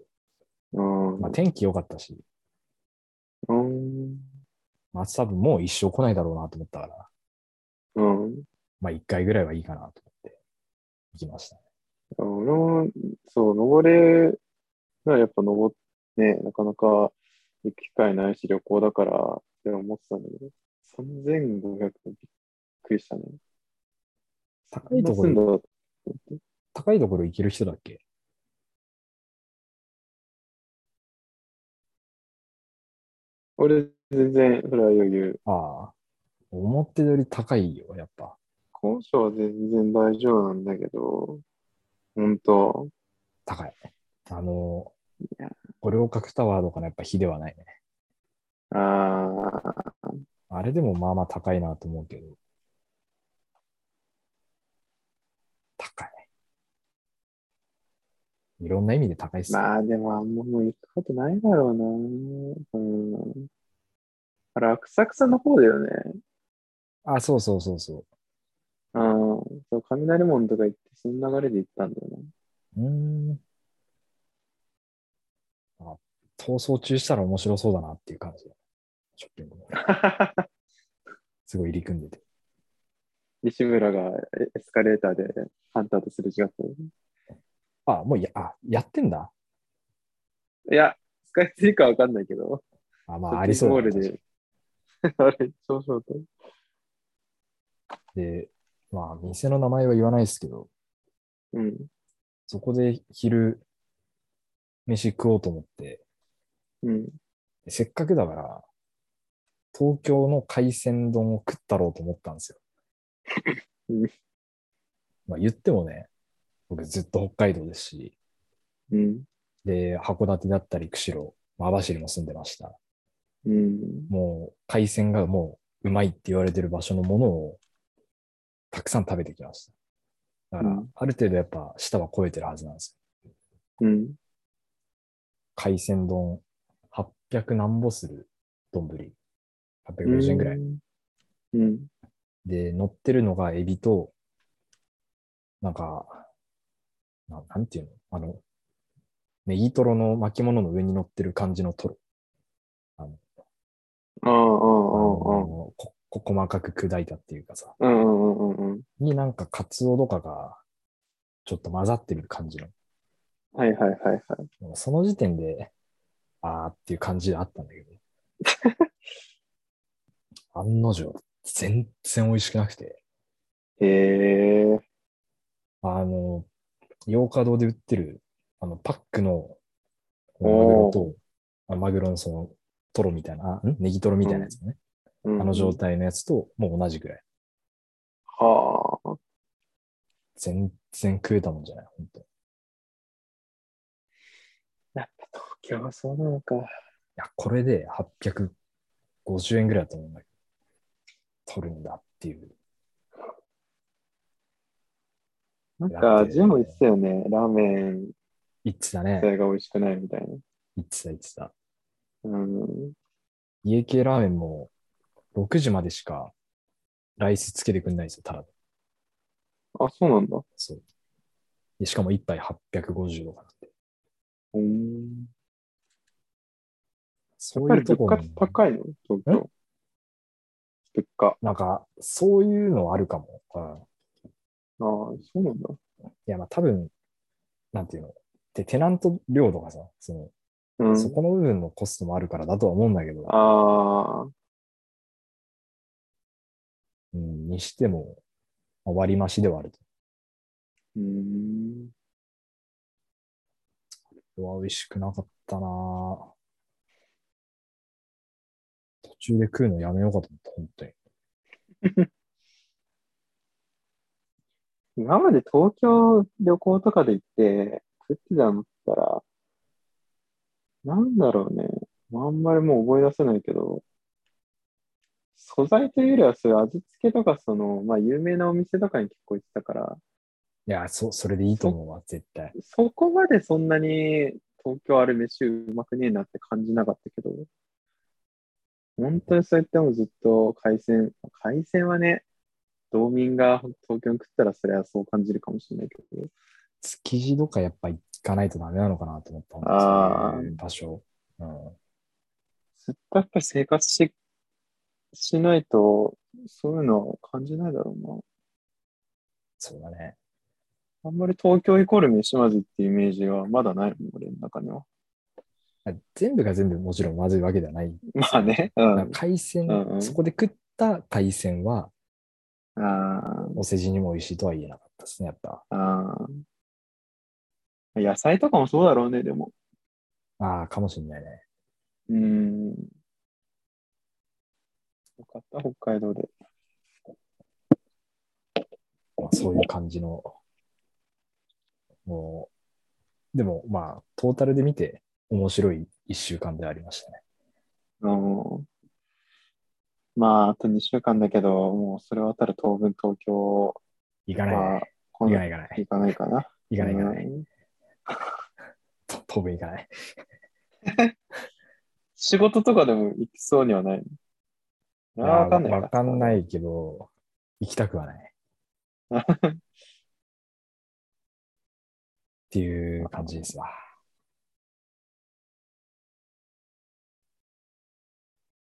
Speaker 1: うん。
Speaker 2: まあ、天気良かったし、
Speaker 1: うん。
Speaker 2: まあ、多分もう一生来ないだろうなと思ったから、
Speaker 1: うん。
Speaker 2: まあ、一回ぐらいはいいかなと思って、行きました。
Speaker 1: 俺も、そう、登れ、なやっぱ登って、ね、なかなか行く機会ないし、旅行だから、って思ってたんだけど、3500びっくりしたね。
Speaker 2: 高いとこ
Speaker 1: 住んだ
Speaker 2: ろ、
Speaker 1: と思って
Speaker 2: 高いところ行ける人だっけ
Speaker 1: 俺、全然、それは余裕。
Speaker 2: ああ、思ってたより高いよ、やっぱ。
Speaker 1: 本性は全然大丈夫なんだけど、ほんと、
Speaker 2: 高い。あの
Speaker 1: いや、
Speaker 2: 五稜郭タワーとかのやっぱ比ではないね。
Speaker 1: ああ、
Speaker 2: あれでもまあまあ高いなと思うけど。高い。いろんな意味で高いっす。
Speaker 1: まあでもあんまもう行くことないだろうな。うん。あれ、浅草の方だよね。
Speaker 2: あ、そうそうそうそ
Speaker 1: ああ、そう、雷門とか行って、その流れで行ったんだよね。
Speaker 2: う。うーん。あ、逃走中したら面白そうだなっていう感じ。ショッピングも。 すごい入り組んでて。
Speaker 1: 西村がエエスカレーターでハンターとすれ違ったよね。
Speaker 2: あ、もうや、あ、やってんだ。
Speaker 1: いや、スカイツリーかわかんないけど、
Speaker 2: あ、まあありそう
Speaker 1: ショッ
Speaker 2: だな
Speaker 1: ピングモールで。 あれ、そうそうと。
Speaker 2: で、まあ店の名前は言わないですけど、
Speaker 1: うん。
Speaker 2: そこで昼、飯食おうと思って、
Speaker 1: うん。
Speaker 2: せっかくだから、東京の海鮮丼を食ったろうと思ったんです
Speaker 1: う
Speaker 2: よ。まあ言ってもね、僕ずっと北海道ですし、
Speaker 1: うん。
Speaker 2: で、函館だったり釧路、まあ網走も住んでました。
Speaker 1: うん。
Speaker 2: もう海鮮がもううまいって言われてる場所のものをたくさん食べてきました。だか
Speaker 1: う
Speaker 2: ら
Speaker 1: ん、
Speaker 2: ある程度やっぱ舌は超えてるはずなんですよ。
Speaker 1: うん。
Speaker 2: 海鮮丼、800何ぼする丼。850円ぐらい。
Speaker 1: うん。
Speaker 2: で、乗ってるのがエビと、なんか、ななんていうのあの、ネギトロの巻物の上に乗ってる感じのトロ。
Speaker 1: ああ、ああ、ああ、あ
Speaker 2: あのここ細かく砕いたっていうかさ、
Speaker 1: あ。うんうんうんうん。
Speaker 2: になんかカツオとかが、ちょっと混ざってる感じの。
Speaker 1: はいはいはいはい。
Speaker 2: もうその時点で、あーっていう感じであったんだけど。案の定、全然美味しくなくて。
Speaker 1: へえ。
Speaker 2: あの、洋華堂で売ってる、あの、パックの、マグロと、あマグロのその、トロみたいな、あんネギトロみたいなやつね。
Speaker 1: うん
Speaker 2: あの状態のやつと、もう同じぐらい。
Speaker 1: はあ。
Speaker 2: 全然食えたもんじゃない、本当い
Speaker 1: やっぱ東京はそうなのか。
Speaker 2: や、これで850円ぐらいだと思うんだけど、取るんだっていう。
Speaker 1: なん
Speaker 2: だっ
Speaker 1: か、
Speaker 2: て
Speaker 1: ジム言ってたよね。ラーメン
Speaker 2: 言ってたね
Speaker 1: 自。体が美味しくないみたい
Speaker 2: 言ってた、言ってた。
Speaker 1: な。うん。
Speaker 2: 家系ラーメンも、6時までしか、ライスつけてくんないんですよ、ただで。
Speaker 1: あ、そうなんだ。
Speaker 2: そう。でしかも1杯850とかなんで。
Speaker 1: うん。
Speaker 2: そ
Speaker 1: やっぱ
Speaker 2: うい
Speaker 1: り
Speaker 2: うと
Speaker 1: 物価
Speaker 2: ころ
Speaker 1: っ
Speaker 2: に
Speaker 1: て高いの東京。物価。
Speaker 2: なんか、そういうのはあるかも。うん
Speaker 1: ああ、そうなんだ。
Speaker 2: いや、まあ多分、なんていうの。で、テナント料とかさ、その、
Speaker 1: うん。
Speaker 2: そこの部分のコストもあるからだとは思うんだけど、
Speaker 1: ああ、
Speaker 2: うん、にしても、まあ割増しではある
Speaker 1: うん。
Speaker 2: と。うわ、美味しくなかったなぁ途中で食うのやめようかと思った、本当に。
Speaker 1: 今まで東京旅行とかで行って、食ってたのったら、なんだろうね。まああんまりもう思い出せないけど、素材というよりは、そういう味付けとか、その、まあ、有名なお店とかに結構行ってたから、
Speaker 2: いや、そ、それでいいと思うわ、絶対。
Speaker 1: そこまでそんなに東京あれ飯うまくねえなって感じなかったけど、本当にそうやってもずっと海鮮、海鮮はね、道民が東京に食ったらそれはそう感じるかもしれないけど、
Speaker 2: 築地とかやっぱ行かないとダメなのかなと思ったんです
Speaker 1: あー
Speaker 2: そういう場所。うん。
Speaker 1: ずっとやっぱり生活し、しないと、そういうのは感じないだろう
Speaker 2: そうだね。
Speaker 1: な。あんまり東京イコール飯まずいっていうイメージはまだないもん、俺の中 には。
Speaker 2: あ全部が全部もちろんまずいわけではない。
Speaker 1: まあね、う
Speaker 2: だから
Speaker 1: ん。
Speaker 2: 海鮮、
Speaker 1: うんうん
Speaker 2: そこで食った海鮮は、
Speaker 1: あ
Speaker 2: お世辞にも美味しいとは言えなかったですね、やっぱ。
Speaker 1: あ、ああ。野菜とかもそうだろうね、でも。
Speaker 2: ああ、かもしれないね。
Speaker 1: うーん。よかった、北海道で。
Speaker 2: まあ、そういう感じの。もう、でもまあ、トータルで見て面白い一週間ではありましたね。
Speaker 1: あのまあ、あと2週間だけど、もうそれ渡る当分東京
Speaker 2: 行かないね、
Speaker 1: は、こ
Speaker 2: 行
Speaker 1: の
Speaker 2: かな
Speaker 1: 行
Speaker 2: い行かない。
Speaker 1: かないかな。
Speaker 2: 行かない行かない。
Speaker 1: うん
Speaker 2: と当分行かない。
Speaker 1: 仕事とかでも行きそうにはない。あ
Speaker 2: い
Speaker 1: あ、
Speaker 2: やー
Speaker 1: わかんない。
Speaker 2: わかん
Speaker 1: い。
Speaker 2: ないけど、行きたくはない。っていう感じですわ。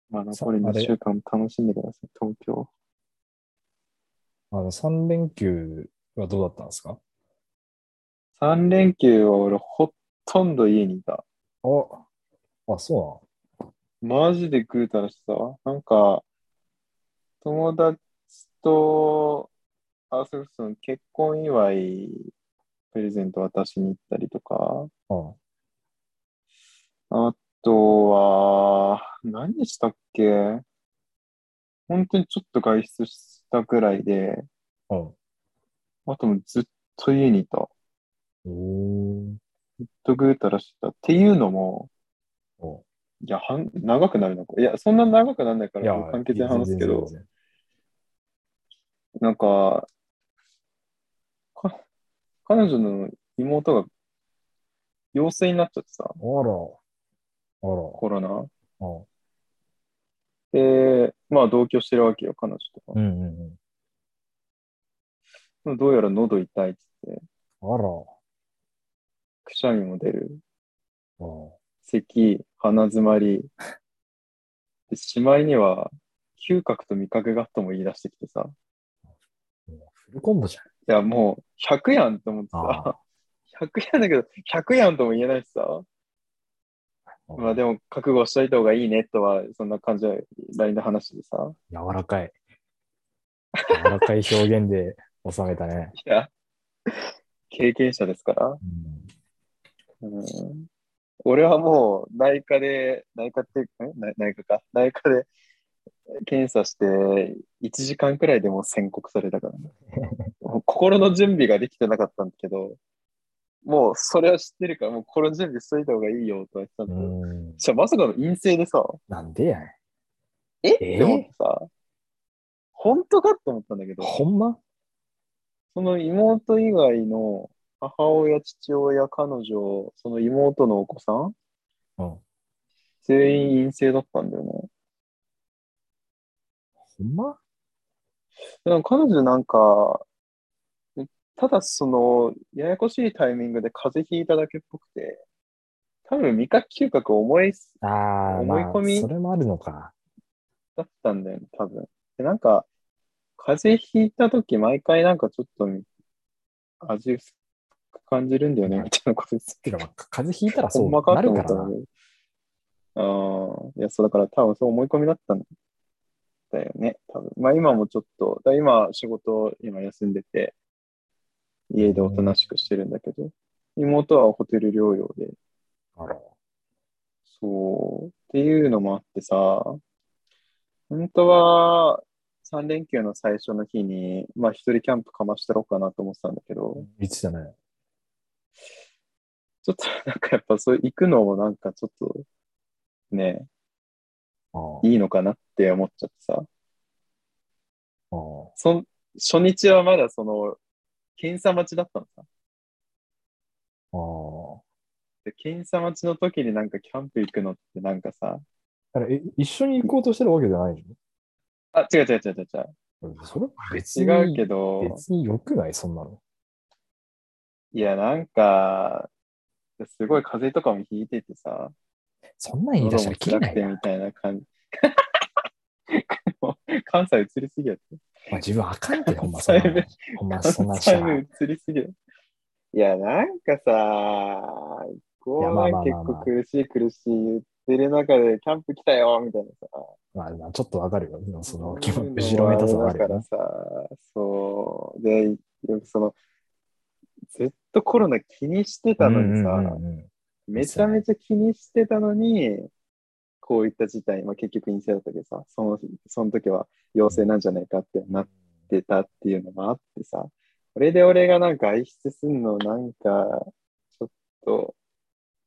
Speaker 1: まあ、残り2週間も楽しんでください、東京。
Speaker 2: あの、3連休はどうだったんですか
Speaker 1: 3連休は俺、ほとんど家にいた。
Speaker 2: あ、あ、そ
Speaker 1: マジでぐうたらしてたわ。なんか、友達と、あ、そうそう、結婚祝い、プレゼント渡しに行ったりとか、
Speaker 2: うなの
Speaker 1: あとは、何したっけ本当にちょっと外出したくらいで、
Speaker 2: うん。
Speaker 1: あともうずっと家にいた。
Speaker 2: おー
Speaker 1: ずっとぐうたらしてた。っていうのも、
Speaker 2: お
Speaker 1: いや、はん長くなるのか。いや、そんな長くならないか
Speaker 2: いや
Speaker 1: ら、簡潔に話すけど
Speaker 2: 全然全、然
Speaker 1: なんか、か彼女の妹が陽性になっちゃってさ、
Speaker 2: あら。あら。
Speaker 1: コロナ。
Speaker 2: あ
Speaker 1: で、まあ同居してるわけよ、彼女とか
Speaker 2: う。んうん
Speaker 1: どうやら喉痛いっつって、
Speaker 2: うん。あら。
Speaker 1: くしゃみも出る、
Speaker 2: あ
Speaker 1: 咳、鼻詰まり。で、しまいには、嗅覚と味覚がとも言い出してきてさ、
Speaker 2: フルコンボじゃん。
Speaker 1: いや、もう100やんと思って
Speaker 2: あ
Speaker 1: さ、100やんだけど、100やんとも言えないしさ、まあでも覚悟しといた方がいいねとは、そんな感じは LINE の話でさ。
Speaker 2: 柔らかい。柔らかい表現で収めたね。
Speaker 1: いや、経験者ですから。
Speaker 2: うん
Speaker 1: うん、俺はもう内科で、内科っていうか、ん内内科か。内科で検査して、1時間くらいでもう宣告されたから、ね、もう心の準備ができてなかったんだけど、もうそれは知ってるから、もう心の準備しといた方がいいよとは言ってたんだけど、
Speaker 2: うん。
Speaker 1: じゃまさかの陰性でさ、
Speaker 2: なんでやねん。
Speaker 1: えっ
Speaker 2: え
Speaker 1: って思ってさ、本当かと思ったんだけど、
Speaker 2: ほんま
Speaker 1: その妹以外の母親、父親、彼女、その妹のお子さん、
Speaker 2: うん。ほ
Speaker 1: 全員陰性だったんだよね。
Speaker 2: んま
Speaker 1: でも彼女なんか、ただその、ややこしいタイミングで風邪ひいただけっぽくて、多分味覚嗅覚重い
Speaker 2: ああ、ま
Speaker 1: 思い
Speaker 2: あ、
Speaker 1: 込み
Speaker 2: それもあるのか。
Speaker 1: だったんだよね、多分。で、なんか、風邪ひいた時毎回なんかちょっと味薄く感じるんだよね、みたいなこと言ってた
Speaker 2: てか、まあ、風邪ひいたらそ
Speaker 1: ほ
Speaker 2: うん
Speaker 1: まか
Speaker 2: な
Speaker 1: って
Speaker 2: る
Speaker 1: 思
Speaker 2: か
Speaker 1: った
Speaker 2: ら
Speaker 1: の
Speaker 2: な。
Speaker 1: に。ああ、いや、そうだから多分そう思い込みだったんだよね、多分。まあ今もちょっと、だ今仕事今休んでて、家でおとなしくしてるんだけど、妹はホテル療養で、
Speaker 2: あら。
Speaker 1: そう、っていうのもあってさ、本当は3連休の最初の日に、まあ一人キャンプかましてろうかなと思ってたんだけど、
Speaker 2: 言ってたね。
Speaker 1: ちょっとなんかやっぱそう行くのもなんかちょっと、ね、
Speaker 2: ああ
Speaker 1: いいのかなって思っちゃってさ。
Speaker 2: あ
Speaker 1: そん初日はまだその、検査待ちだったのさ。
Speaker 2: あああ
Speaker 1: で、検査待ちの時になんかキャンプ行くのってなんかさ、
Speaker 2: だからえ一緒に行こうとしてるわけじゃない
Speaker 1: あ、違う違う違う違
Speaker 2: のそれは別に、
Speaker 1: う違う。違うけど、
Speaker 2: 別に良くないそんなの。
Speaker 1: いやなんか、すごい風邪とかもひいててさ、
Speaker 2: そんなん言い出したら切れ
Speaker 1: も
Speaker 2: な
Speaker 1: 辛
Speaker 2: い
Speaker 1: くて
Speaker 2: な。
Speaker 1: みたいな感じ。 関西移りすぎやって。
Speaker 2: まあ、自分あか んって、ほんまそんな
Speaker 1: 関西
Speaker 2: の。ほんまそんなんした
Speaker 1: 関
Speaker 2: ら。
Speaker 1: 西移りすぎや。いや、なんかさ、こう
Speaker 2: いやまあまあ
Speaker 1: 結
Speaker 2: まあまあ
Speaker 1: 構苦しい苦しい言ってる中で、キャンプ来たよ、みたいなさ。
Speaker 2: まあ、まあちょっとわかるよ。その、気
Speaker 1: そうい
Speaker 2: 分
Speaker 1: う
Speaker 2: 後ろめたさ
Speaker 1: のも
Speaker 2: は
Speaker 1: あ
Speaker 2: あ
Speaker 1: れ
Speaker 2: る
Speaker 1: だ
Speaker 2: よ
Speaker 1: から
Speaker 2: ね、
Speaker 1: さ、そう。で、よくその、ずっとコロナ気にしてたのにさ、
Speaker 2: うんうんうんうん
Speaker 1: めちゃめちゃ気にしてたのに、こういった事態、まあ、結局陰性だったけどさ、そのその時は陽性なんじゃないかってなってたっていうのがあってさ、これで俺がなんか外出すんのなんか、ちょっと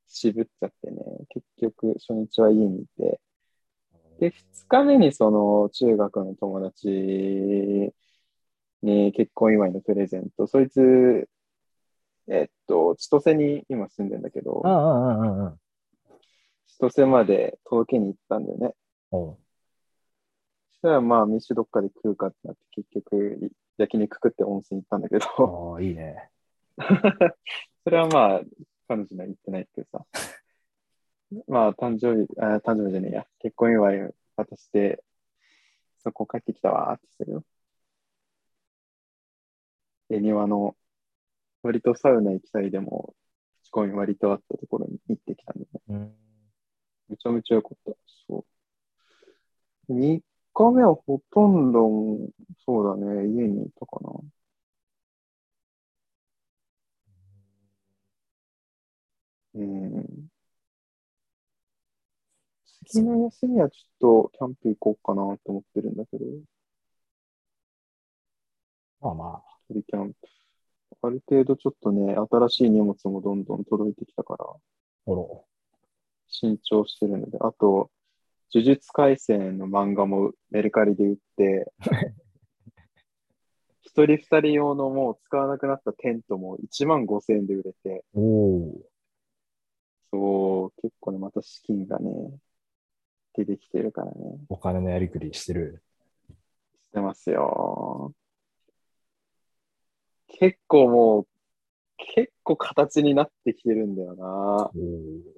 Speaker 1: 渋っちゃってね、結局初日は家にいて、で、2日目にその中学の友達に結婚祝いのプレゼント、そいつ、えっと、千歳に今住んでんだけど、
Speaker 2: ああ、ああ、ああ、あ
Speaker 1: 千歳まで届けに行ったんだよね。
Speaker 2: あ。うん
Speaker 1: そしたらまあ、飯どっかで食うかってなって、結局、い焼肉食って温泉行ったんだけど、
Speaker 2: ああ、いいね。
Speaker 1: それはまあ、彼女には言ってないけどさ。まあ、誕生日、あ誕生日じゃねえや、結婚祝い渡して、そこ帰ってきたわーって言ってるよ。で、庭の、割とサウナ行きたいでも、口コミ割とあったところに行ってきたんだよね。
Speaker 2: うん。
Speaker 1: めちゃめちゃ良かった。そう。3日目はほとんど、そうだね、家にいたかな。うん。次の休みはちょっとキャンプ行こうかなと思ってるんだけど、
Speaker 2: まあまあ、
Speaker 1: 鳥キャンプ。ある程度ちょっとね、新しい荷物もどんどん届いてきたから、
Speaker 2: おろ。
Speaker 1: 新調してるので、あと、呪術廻戦の漫画もメルカリで売って、一人二人用のもう使わなくなったテントも1万5千円で売れて、
Speaker 2: おお
Speaker 1: そう、結構ね、また資金がね、出てきてるからね、
Speaker 2: ー、お金のやりくりしてる。
Speaker 1: してますよ。結構もう、結構形になってきてるんだよな。
Speaker 2: おー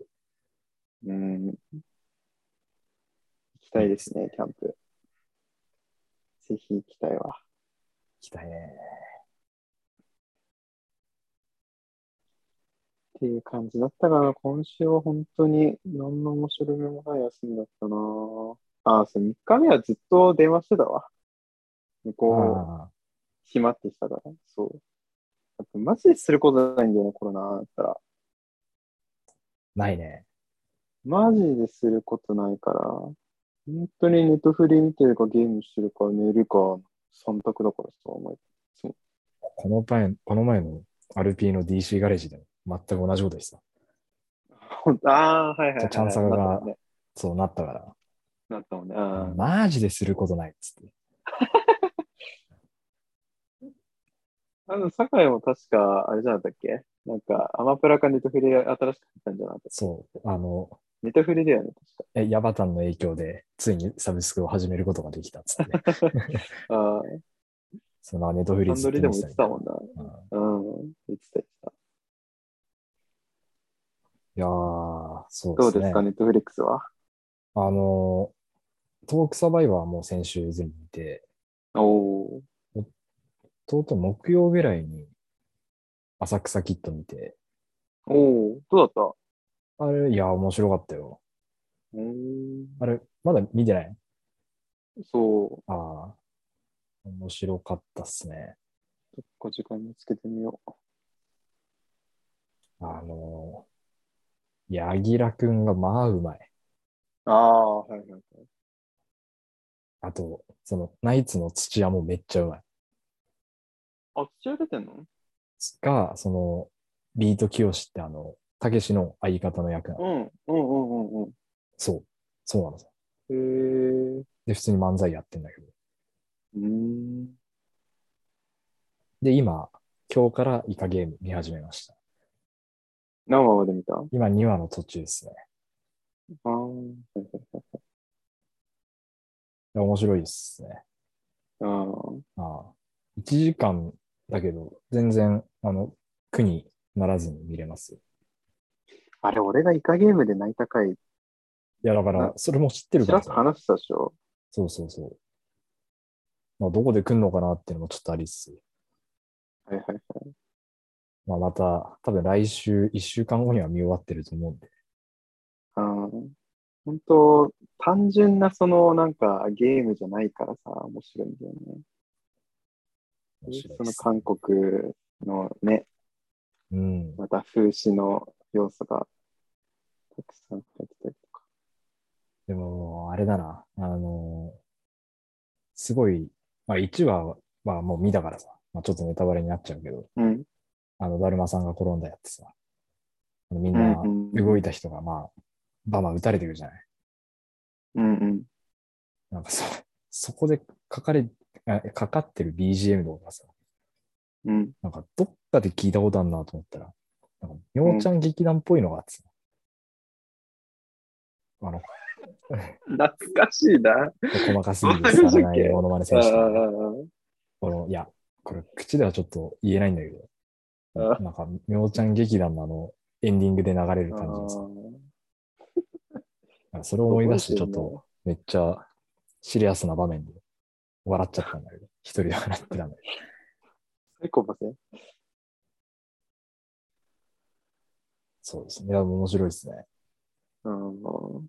Speaker 1: うん。行きたいですね、キャンプ。ぜひ行きたいわ。
Speaker 2: 来たね。
Speaker 1: っていう感じだったかな。今週は本当に何の面白みもない休みだったな。ああ、そう、3日目はずっと電話してたわ。向こう、
Speaker 2: ああ、
Speaker 1: 暇ってしたから。そう。だってマジですることないんだよね、コロナだったら。
Speaker 2: ないね。
Speaker 1: マジですることないから。本当にネットフリ見てるか、ゲームしてるか、寝るか、3択だからさ、お前。
Speaker 2: この前、この前の RP の DC ガレージでも全く同じことでした。
Speaker 1: ほんとああ、はいはいはい。
Speaker 2: じゃあチャンサガが
Speaker 1: なったもんね
Speaker 2: そうなったか
Speaker 1: なったもんね。
Speaker 2: ら、
Speaker 1: あ
Speaker 2: マジですることないっつって。
Speaker 1: あの、酒井も確か、あれじゃなかったっけなんか、アマプラかネトフリ新しく入ったんじゃなかった
Speaker 2: そう、あの、
Speaker 1: ネトフリだよね、確
Speaker 2: え、ヤバタンの影響で、ついにサブスクを始めることができたっつって、 ね、
Speaker 1: か。ああ、
Speaker 2: そのネットフリ
Speaker 1: ハ
Speaker 2: ー
Speaker 1: ンド
Speaker 2: ズって
Speaker 1: ルでも言ってたもんな。
Speaker 2: うんい
Speaker 1: うん、言ってた言ってた。
Speaker 2: やー、そう
Speaker 1: ど
Speaker 2: で
Speaker 1: う
Speaker 2: す
Speaker 1: で
Speaker 2: ね。
Speaker 1: すか、ネットフリックスは。
Speaker 2: あの、トークサバイバーも先週全部見て、
Speaker 1: おお
Speaker 2: とうとう木曜ぐらいに浅草キッド見て、
Speaker 1: ー。おおー、どうだった
Speaker 2: あれ、いや、面白かったよ。
Speaker 1: うーん、
Speaker 2: あれ、まだ見てない
Speaker 1: そう、
Speaker 2: ああ、面白かったっすね。
Speaker 1: どっか時間見つけてみよう。
Speaker 2: あの、ヤギラくんがまあうまい。
Speaker 1: ああ、はいはいはい。
Speaker 2: あと、その、ナイツの土屋もめっちゃうまい。
Speaker 1: あ、土屋出てんの
Speaker 2: が、その、ビート清志ってあの、たけしの相方の役なの。
Speaker 1: うん、うんうんうんうん。
Speaker 2: そう。そうなのさ。
Speaker 1: へえ。
Speaker 2: で、普通に漫才やってんだけど。
Speaker 1: うーん。
Speaker 2: で、今、今日からイカゲーム見始めました。
Speaker 1: 何話まで見たあ
Speaker 2: 今2話の途中ですね。
Speaker 1: あ、はいはいはい。
Speaker 2: いや面白いですね。
Speaker 1: あ
Speaker 2: ああ。1時間だけど、全然、あの、苦にならずに見れますよ。
Speaker 1: あ。あれ、俺がイカゲームで泣いた回、
Speaker 2: いや、だから
Speaker 1: な、
Speaker 2: それも知ってる
Speaker 1: ち
Speaker 2: か
Speaker 1: っ
Speaker 2: らら
Speaker 1: と
Speaker 2: さ
Speaker 1: 話したでしょ。
Speaker 2: そうそうそう。まあ、どこで来んのかなっていうのもちょっとありっす。
Speaker 1: はいはいはい。
Speaker 2: まあ、また、多分来週、1週間後には見終わってると思うんで。
Speaker 1: あー本当、単純なそのなんかゲームじゃないからさ、面白いんだよね。そ
Speaker 2: 面白いっ
Speaker 1: の
Speaker 2: すね
Speaker 1: 韓国のね、
Speaker 2: うん。
Speaker 1: また風刺の要素がたくさん入ってたりとか。
Speaker 2: でも、あれだな。あのーすごい、まあ1話はまあもう見たからさ、まあちょっとネタバレになっちゃうけど、
Speaker 1: うん。
Speaker 2: あの、だるまさんが転んだやつさ、あのみん
Speaker 1: う
Speaker 2: なん
Speaker 1: うん。
Speaker 2: 動いた人がまあ、バンバン撃たれてくるじゃない。
Speaker 1: うんうん。
Speaker 2: なんかそ、そこでかかれ、あかかってる BGM とかさ、
Speaker 1: うん。
Speaker 2: なんかどっかで聞いたことあるなと思ったら、なんか、みょうちゃん劇団っぽいのがあってさ、あの、
Speaker 1: 懐かしいな。あ
Speaker 2: 細かすぎて伝わらないモノマネ選手と か。
Speaker 1: あ、
Speaker 2: この、いや、これ口ではちょっと言えないんだけど、
Speaker 1: あ
Speaker 2: なんか、みょうちゃん劇団のあの、エンディングで流れる感じのさ、なんかそれを思い出してちょっと、めっちゃシリアスな場面で笑っちゃったんだけど、一人で笑ってたんだけど。
Speaker 1: サイコパスね。
Speaker 2: そうですね。いや、面白いですね。
Speaker 1: うん。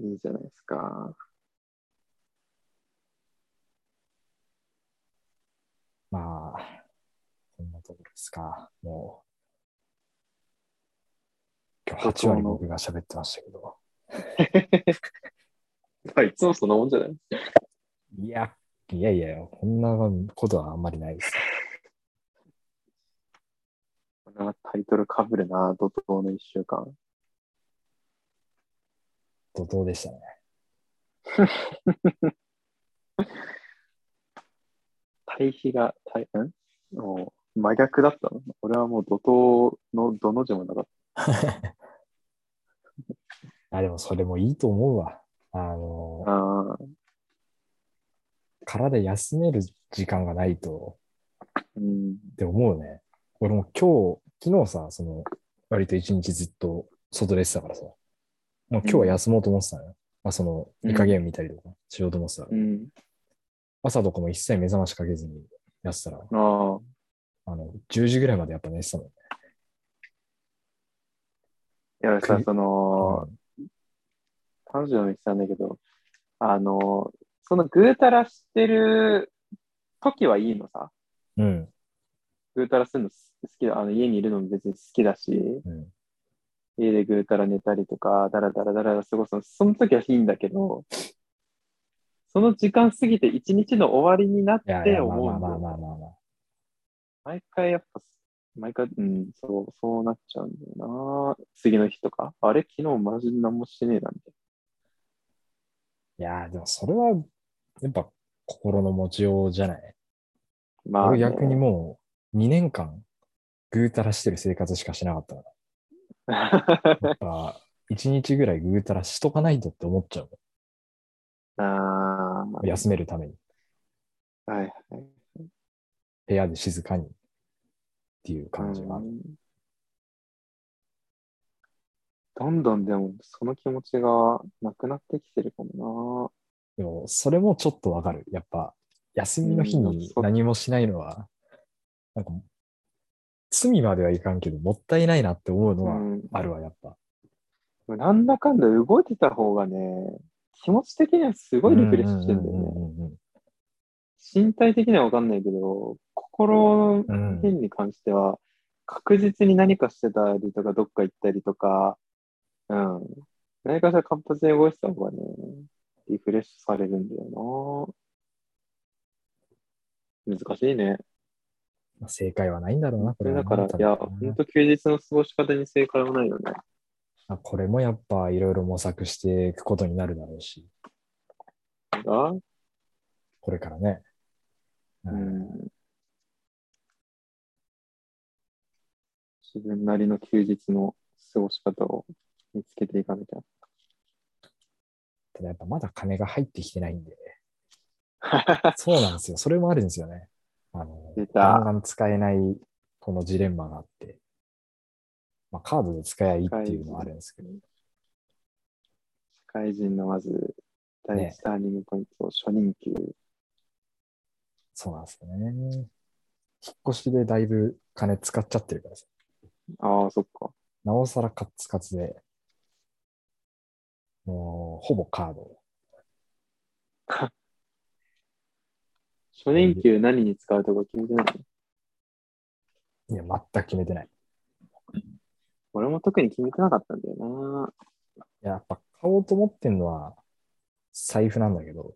Speaker 1: いいじゃないですか。
Speaker 2: まあ、こんなところですか。もう、今8割僕が喋ってましたけど。
Speaker 1: まあ、いつもそんなもんじゃない
Speaker 2: いや、いやいや、こんなことはあんまりないです。
Speaker 1: これはタイトルかぶるな、怒涛の一週間。
Speaker 2: 怒涛でしたね。
Speaker 1: 対比が、対、んもう真逆だったの俺はもう怒涛のどの字もなかっ
Speaker 2: あ、でもそれもいいと思うわ。あの
Speaker 1: た。、ああ、
Speaker 2: 体休める時間がないと
Speaker 1: うん。
Speaker 2: って思うね。俺も今日、昨日さ、その、割と一日ずっと外出てたからさ、もう今日は休もうと思ってたのよ。まあその、
Speaker 1: うん
Speaker 2: イカゲーム見たりとかしようと思ってたから、
Speaker 1: うん。
Speaker 2: 朝とかも一切目覚ましかけずにやってたら、
Speaker 1: ああ、
Speaker 2: あの、10時ぐらいまでやっぱ寝てたのね。
Speaker 1: いや、さ
Speaker 2: く、
Speaker 1: その、
Speaker 2: うん
Speaker 1: 彼女も言ってたんだけど、あの、そのぐうたらしてる時はいいのさ。
Speaker 2: うん。
Speaker 1: ぐうたらするのす好きだ。あの家にいるのも別に好きだし、
Speaker 2: うん。
Speaker 1: 家でぐうたら寝たりとか、だらだらだらだら過ごすの、その時はいいんだけど、その時間過ぎて一日の終わりになっ
Speaker 2: いやい
Speaker 1: て
Speaker 2: や、まあ
Speaker 1: 思
Speaker 2: ま
Speaker 1: う
Speaker 2: あまあ
Speaker 1: の。
Speaker 2: まあまあまあ。
Speaker 1: 毎回やっぱ、毎回、うん、そう、そうなっちゃうんだよな。次の日とか、あれ、昨日マジで何もしてねえな、みたい
Speaker 2: いやーでもそれは、やっぱ心の持ちようじゃない。
Speaker 1: な。まあ
Speaker 2: 俺
Speaker 1: ね、
Speaker 2: 逆 にもう2年間、ぐうたらしてる生活しかしなかった から。やっぱ、1日ぐらいぐうたらしとかないとって思っちゃう
Speaker 1: あ
Speaker 2: もん。休めるために。
Speaker 1: あ、はいはい。
Speaker 2: 部屋で静かに。っていう感じがある。
Speaker 1: うんどんどんでも、その気持ちがなくなってきてるかも
Speaker 2: でも、それもちょっとわかる。やっぱ、休みの日
Speaker 1: うん
Speaker 2: に
Speaker 1: そう
Speaker 2: 何もしないのは、なんか、罪まではいかんけど、もったいないなって思うの
Speaker 1: な。う
Speaker 2: は
Speaker 1: ん
Speaker 2: あるわ、やっぱ。
Speaker 1: なんだかんだ動いてた方がね、気持ち的にはすごいリフレッシュしてんだよ
Speaker 2: うんうん
Speaker 1: ね。
Speaker 2: うんうん
Speaker 1: 身体的にはわかんないけど、心の
Speaker 2: うん
Speaker 1: 面に関しては、確実に何かしてたりとか、どっか行ったりとか、うん。何かしら活発に動いてた方がね、リフレッシュされるんだよな。難しいね。
Speaker 2: まあ正解はないんだろうな、これは
Speaker 1: だから、い
Speaker 2: なん
Speaker 1: や、
Speaker 2: ろう
Speaker 1: 本
Speaker 2: な
Speaker 1: 当休日の過ごし方に正解はないよね。
Speaker 2: まあこれもやっぱいろいろ模索していくことになるだろうし、
Speaker 1: が、
Speaker 2: これからね。う
Speaker 1: うんん。自分なりの休日の過ごし方を見つけていかなきゃ。
Speaker 2: ただやっぱまだ金が入ってきてない んで、そうなんですよ。それもあるんですよね。あの
Speaker 1: 出、た
Speaker 2: ガンガン使えないこのジレンマがあって、まあカードで使えばいいっていうのはあるんですけど、
Speaker 1: 社会人のまず、第
Speaker 2: ね
Speaker 1: 一ターニングポイント、初任給。
Speaker 2: そうなんですよね。引っ越しでだいぶ金使っちゃってるからさ、
Speaker 1: ああ、そっか。
Speaker 2: なおさらカッツカツで、もうほぼカード。
Speaker 1: 初任給何に使うとか決めてないの
Speaker 2: いや、全く決めてない。
Speaker 1: 俺も特に決めてなかったんだよな。
Speaker 2: いややっぱ買おうと思ってんのは財布なんだけど、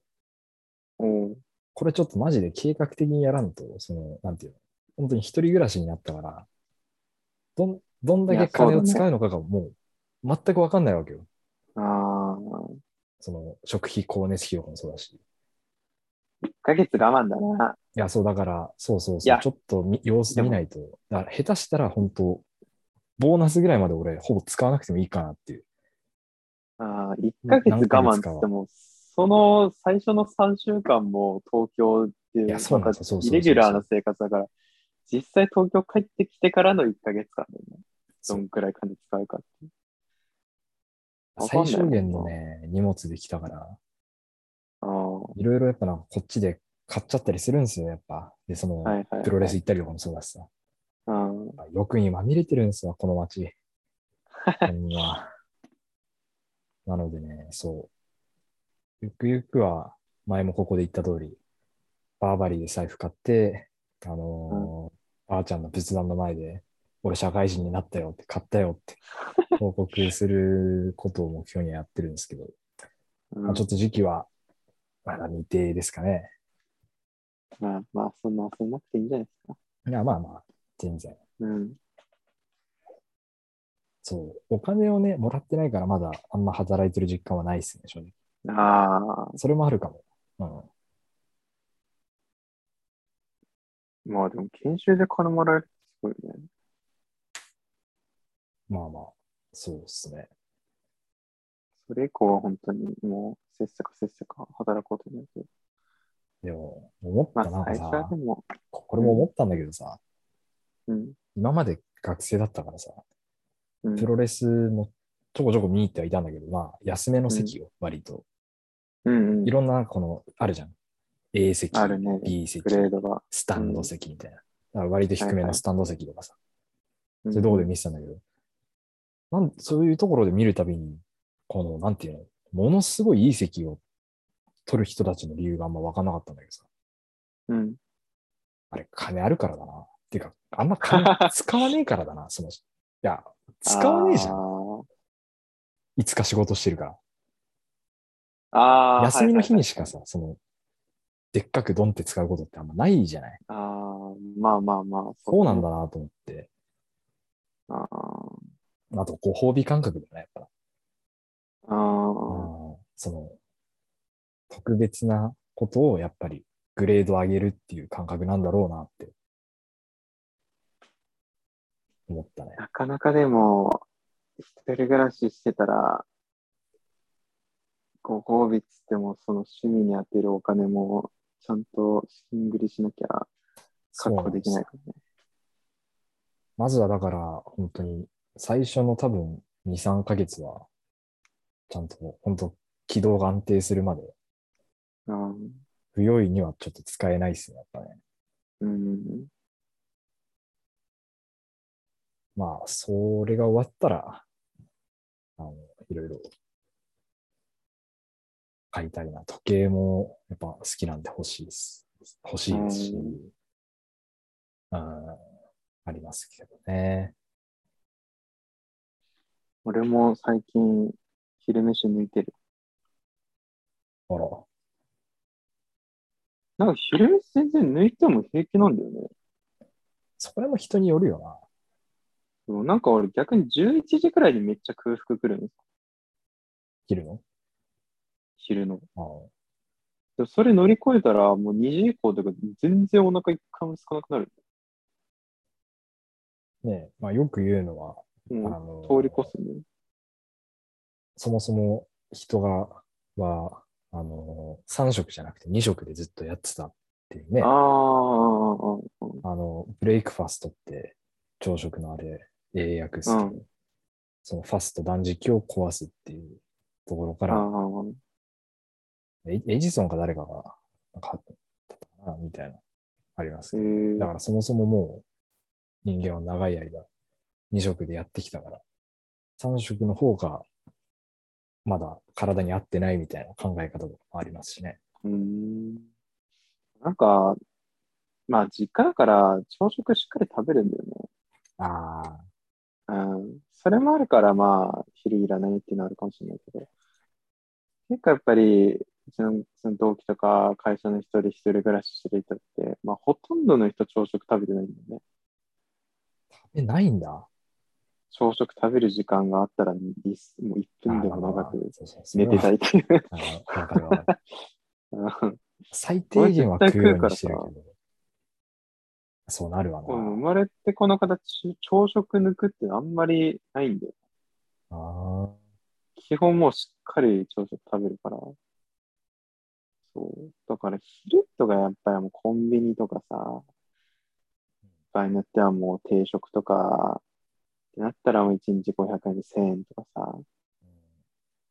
Speaker 1: うん。
Speaker 2: これちょっとマジで計画的にやらんと、その、なんていうの、本当に一人暮らしになったから、どん、どんだ
Speaker 1: い
Speaker 2: け
Speaker 1: やそうだね
Speaker 2: 金を使うのかがもう全くわかんないわけよ。
Speaker 1: ああ、
Speaker 2: その、食費、光熱費とかもそうだし。い
Speaker 1: 1ヶ月我慢だな。
Speaker 2: や、そうだから、そうそう
Speaker 1: い
Speaker 2: そう、
Speaker 1: や
Speaker 2: ちょっとみ様子見ないと、だから下手したら本当、ボーナスぐらいまで俺、ほぼ使わなくてもいいかなっていう。
Speaker 1: ああ、1ヶ月我慢って言っても、その最初の3週間も東京っていう、
Speaker 2: いやそうなんですよそうそうそう
Speaker 1: イレギュラーな生活だから、実際東京帰ってきてからの1ヶ月間でね、
Speaker 2: そ
Speaker 1: ど
Speaker 2: うん
Speaker 1: くらい金使うかって。わかん
Speaker 2: 最
Speaker 1: ない
Speaker 2: 小限のね、荷物できたから、
Speaker 1: ああ、はい
Speaker 2: ろいろやっぱなんかこっちで買っちゃったりするんですよ、やっぱ。で、その、
Speaker 1: いはい、はい。
Speaker 2: プロレス行ったりとかもそうだしさ。や
Speaker 1: うん。
Speaker 2: っぱ欲にまみれてるんですわ、この街。ほんまなのでね、そう。ゆくゆくは、前もここで言った通り、バーバリーで財布買って、あのーばあちゃんの仏壇の前で、俺社会人になったよって、買ったよって、報告することを目標にはやってるんですけど、
Speaker 1: うん
Speaker 2: まあ、ちょっと時期は、まだ未定ですかね。
Speaker 1: まあまあ、そんな焦んなくていいんじゃないですか。
Speaker 2: いや、まあまあ、全然。
Speaker 1: うん。
Speaker 2: そう。お金をね、もらってないからまだあんま働いてる実感はないですね、正直。
Speaker 1: ああ、
Speaker 2: それもあるかも。うん。
Speaker 1: まあでも研修で金もらえるってすごいね。
Speaker 2: まあまあ、そうですね。
Speaker 1: それ以降は本当にもうせっせかせっせか働くことになって。
Speaker 2: でも、思っ
Speaker 1: ま
Speaker 2: たな
Speaker 1: あ
Speaker 2: んか
Speaker 1: 最
Speaker 2: さ
Speaker 1: 初は、でも、
Speaker 2: これも思ったんだけどさ、
Speaker 1: うん。
Speaker 2: 今まで学生だったからさ、
Speaker 1: うん
Speaker 2: プロレスもちょこちょこ見に行ってはいたんだけど、まあ、安めの席を割と、
Speaker 1: うん、う
Speaker 2: い
Speaker 1: ん。
Speaker 2: ろんな、この、あるじゃん。A 席、
Speaker 1: あるね
Speaker 2: B 席
Speaker 1: グ、レードが。
Speaker 2: スタンド席みたいな。だから割と低めのスタンド席とかさ、
Speaker 1: うん
Speaker 2: そういうとこで見てたんだけど、なんそういうところで見るたびに、この、なんていうの、ものすごいいい席を取る人たちの理由があんま分かんなかったんだけどさ、
Speaker 1: うん。
Speaker 2: あれ、金あるからだな。っていうか、あんま金使わねえからだな、その、いや、使わねえじゃ
Speaker 1: あ
Speaker 2: ん。
Speaker 1: ー
Speaker 2: いつか仕事してるから。
Speaker 1: あー。
Speaker 2: 休みの日にし
Speaker 1: は
Speaker 2: か
Speaker 1: い
Speaker 2: さ、その、でっかくドンって使うことってあんまないじゃない。
Speaker 1: はいはい。ああ、まあまあまあ。
Speaker 2: そうなんだなと思って。
Speaker 1: あー
Speaker 2: あと、ご褒美感覚だね、やっ
Speaker 1: あ
Speaker 2: ぱ。う
Speaker 1: ー。
Speaker 2: んその、特別なことをやっぱりグレード上げるっていう感覚なんだろうなって、思ったね。
Speaker 1: なかなかでも、一人暮らししてたら、ご褒美っつっても、その趣味に当てるお金も、ちゃんと資金繰りしなきゃ
Speaker 2: そ
Speaker 1: 確
Speaker 2: うな
Speaker 1: 保
Speaker 2: ん
Speaker 1: で
Speaker 2: です
Speaker 1: き
Speaker 2: よ
Speaker 1: ないからね。
Speaker 2: まずはだから、本当に、最初の多分2、3ヶ月は、ちゃんと、本当軌道が安定するまで、
Speaker 1: うん
Speaker 2: 不用意にはちょっと使えないっすね、やっぱね。
Speaker 1: うん。
Speaker 2: まあ、それが終わったら、あの、いろいろ、買いたいな。時計も、やっぱ好きなんで欲しいです。欲しいですし、
Speaker 1: うん
Speaker 2: うん、ありますけどね。
Speaker 1: 俺も最近、昼飯抜いてる。
Speaker 2: あら、
Speaker 1: なんか昼飯全然抜いても平気なんだよね。
Speaker 2: それも人によるよな。
Speaker 1: でもなんか俺逆に11時くらいにめっちゃ空腹くるんです。
Speaker 2: 昼の。
Speaker 1: 昼の。
Speaker 2: あ
Speaker 1: でもそれ乗り越えたら、もう2時以降とか全然お腹一回も空かなくなる。
Speaker 2: ねまあ、よく言うのは、あ
Speaker 1: も
Speaker 2: の
Speaker 1: う通り越すね。
Speaker 2: そもそも人が、は、あの、3食じゃなくて2食でずっとやってたっていうね。
Speaker 1: ああ、あああ
Speaker 2: あの、ブレイクファストって、朝食のあれ、英訳すけど、
Speaker 1: う
Speaker 2: そのファスト断食を壊すっていうところか
Speaker 1: あ、あ
Speaker 2: ら、
Speaker 1: あ
Speaker 2: エイエジソンか誰かが、なんか、だったかなみたいな、あります
Speaker 1: え
Speaker 2: けど
Speaker 1: ー
Speaker 2: だからそもそももう、人間は長い間、2食でやってきたから、3食の方が、まだ体に合ってないみたいな考え方もありますしね。
Speaker 1: うーん。なんか、まあ実家だから朝食しっかり食べるんだよね。
Speaker 2: ああ、
Speaker 1: うん。それもあるからまあ昼いらないっていうのはあるかもしれないけど。結構やっぱり、うちのその同期とか会社の人で一人暮らししてる人って、まあほとんどの人朝食食べてないんだよね。
Speaker 2: 食べないんだ。
Speaker 1: 朝食食べる時間があったら、いっすもう1分でも長
Speaker 2: あー
Speaker 1: く
Speaker 2: そうそうそれ
Speaker 1: 寝て
Speaker 2: は
Speaker 1: たいっていう。
Speaker 2: あの わかるわかる。
Speaker 1: うん
Speaker 2: 最低限は食うようにしてるけど。そうなるわな。
Speaker 1: でも生まれてこの形、朝食抜くってのはあんまりないんだよ
Speaker 2: あ
Speaker 1: 基本もうしっかり朝食食べるから。そう。だから昼とかやっぱりもうコンビニとかさ、場合によってはもう定食とか、ってなったらもう1日500円で1000円とかさ、
Speaker 2: ー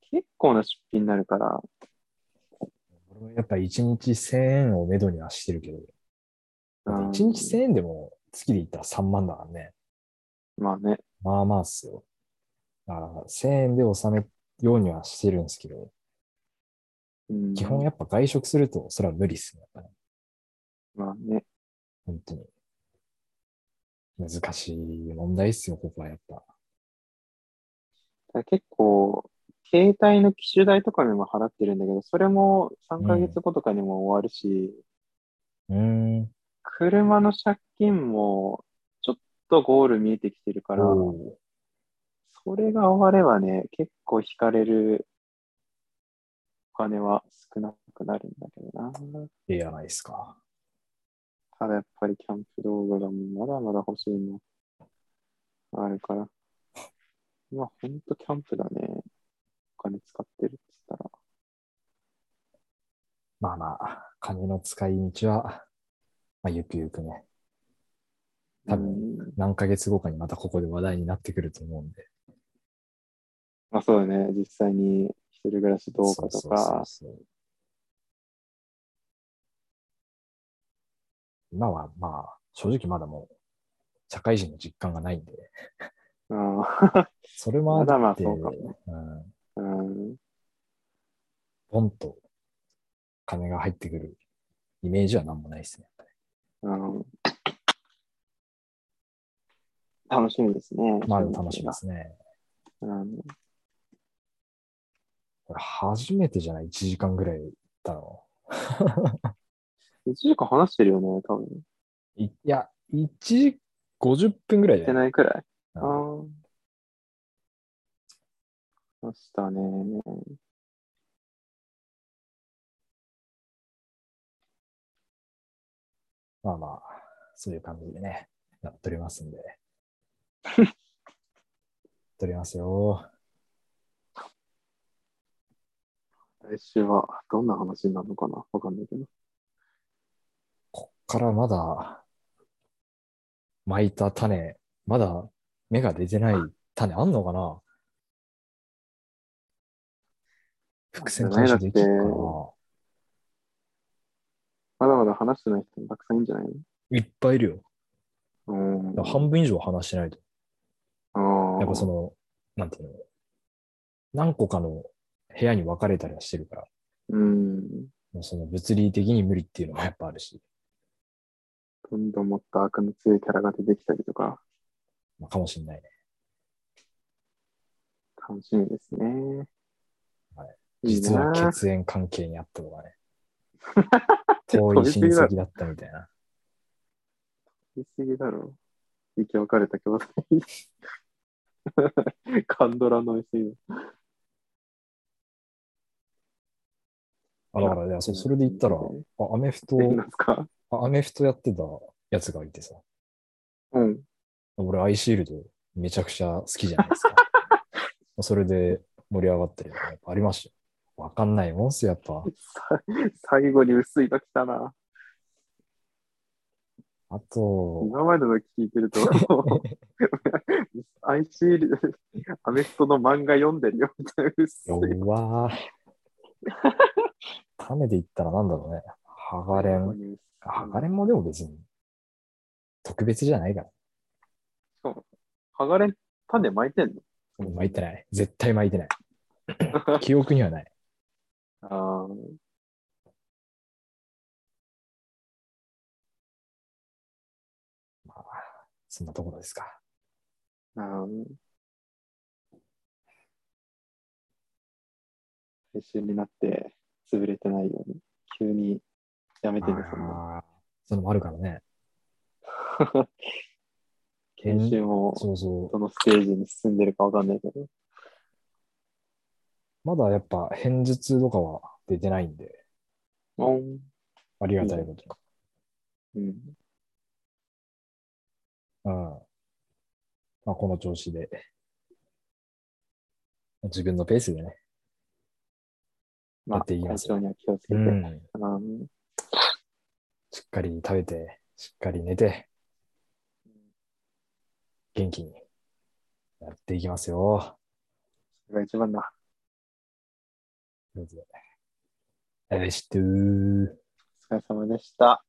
Speaker 1: 結構な出費になるから、
Speaker 2: 俺もやっぱ一日1000円をめどにはしてるけど、だって一日1000円でも月で言ったら3万だからね。
Speaker 1: まあね、
Speaker 2: まあまあっすよ。だから1000円で収めるようにはしてるんですけど、
Speaker 1: うん、
Speaker 2: 基本やっぱ外食するとそれは無理っすね。やっぱね
Speaker 1: まあね、
Speaker 2: 本当に。難しい問題っすよ、ここはやっぱ。
Speaker 1: だから結構、携帯の機種代とかにも払ってるんだけど、それも3ヶ月後とかにも終わるし、
Speaker 2: うーん。
Speaker 1: 車の借金もちょっとゴール見えてきてるから、
Speaker 2: お
Speaker 1: それが終わればね、結構引かれるお金は少なくなるんだけどな。
Speaker 2: ーいいじゃないですか。
Speaker 1: ただやっぱりキャンプ道具がまだまだ欲しいのあるから。まあほんとキャンプだね。お金使ってるっつったら。
Speaker 2: まあまあ、金の使い道は、まあ、ゆくゆくね、多分
Speaker 1: うん
Speaker 2: 何ヶ月後かにまたここで話題になってくると思うんで。
Speaker 1: まあそうだね。実際に一人暮らしどうかと
Speaker 2: そうそう
Speaker 1: か。
Speaker 2: そうそう今はまあ、正直まだもう、社会人の実感がないんで、
Speaker 1: うん
Speaker 2: それもあって、
Speaker 1: まだまあそうかも
Speaker 2: うん、
Speaker 1: うん
Speaker 2: ポンと金が入ってくるイメージは何もないですね。やっ
Speaker 1: うん楽しみですね
Speaker 2: ぱ。りまあ、楽しみで。すね。
Speaker 1: うん、
Speaker 2: これ初めてじゃない ?1 時間ぐらい行ったの。
Speaker 1: 1時間話してるよね、多分。
Speaker 2: いいや、1時50分ぐらい
Speaker 1: し
Speaker 2: じ
Speaker 1: て
Speaker 2: ゃない
Speaker 1: ないくらい。ああ
Speaker 2: うん
Speaker 1: ー。ましたね。
Speaker 2: まあまあ、そういう感じでね、やっておりますんで。やっておりますよ。
Speaker 1: 来週はどんな話になるのかなわかんないけど。
Speaker 2: こっからまだ、巻いた種、まだ芽が出てない種あんのかな伏線回収できるか
Speaker 1: だって
Speaker 2: な
Speaker 1: まだまだ話してない人もたくさんいるんじゃない
Speaker 2: いっぱいいるよ。
Speaker 1: のうん。
Speaker 2: 半分以上話してないと。
Speaker 1: ああ。
Speaker 2: やっぱその、なんていうの何個かの部屋に分かれたりはしてるから、
Speaker 1: うん。
Speaker 2: もうその物理的に無理っていうのもやっぱあるし、
Speaker 1: どんどんもっと悪の強いキャラが出てきたりとか、
Speaker 2: まあ、かもしんないね。
Speaker 1: 楽しみですね。。
Speaker 2: はい
Speaker 1: いい
Speaker 2: 実は
Speaker 1: な
Speaker 2: 血縁関係にあったとか ね。遠い親戚だったみたいな。
Speaker 1: 言い過ぎだろ。生き別れた兄弟。 カンドラの SE。
Speaker 2: あ、だから、いや、そうそれで言ったら、あアメフト、
Speaker 1: え、なんすか
Speaker 2: あアメフトやってたやつがいてさ、
Speaker 1: うん。
Speaker 2: 俺アイシールドめちゃくちゃ好きじゃないです か。それで盛り上がったりとかやっぱありましたよ。わかんないもんっすよ、やっぱ。
Speaker 1: さ最後に薄いの来たな。
Speaker 2: あと、
Speaker 1: 今までの聞いてる と、アイシールド、アメフトの漫画読んでるよみたいな薄い。
Speaker 2: 弱ー。種で言ったらなんだろうね。ハガ レン。
Speaker 1: し
Speaker 2: ハガレンもでも別に、特別じゃないから。
Speaker 1: かも、剥がれん種巻いてんの
Speaker 2: 巻いてない。絶対巻い てない。記憶にはない。
Speaker 1: あー
Speaker 2: まあ、そんなところですか。
Speaker 1: あー。一緒になって潰れてないように、急にやめてるんですよね。
Speaker 2: あーそういうのもあるからね。
Speaker 1: 研修も
Speaker 2: そうそ
Speaker 1: どのステージに進んでるかわかんないけど。
Speaker 2: う。まだやっぱ、偏頭痛とかは出てないんで、
Speaker 1: うん。
Speaker 2: ありがたいことに。
Speaker 1: うん。
Speaker 2: うん。まあ、この調子で、自分のペースでね。
Speaker 1: ま
Speaker 2: や
Speaker 1: あ、
Speaker 2: っていき
Speaker 1: 体
Speaker 2: ます
Speaker 1: 調には気をつけて。
Speaker 2: うん。
Speaker 1: うん
Speaker 2: しっかり食べて、しっかり寝て、元気にやっていきますよ。
Speaker 1: それが一番だ。
Speaker 2: ということで。ありがとうございました
Speaker 1: お疲れ様でした。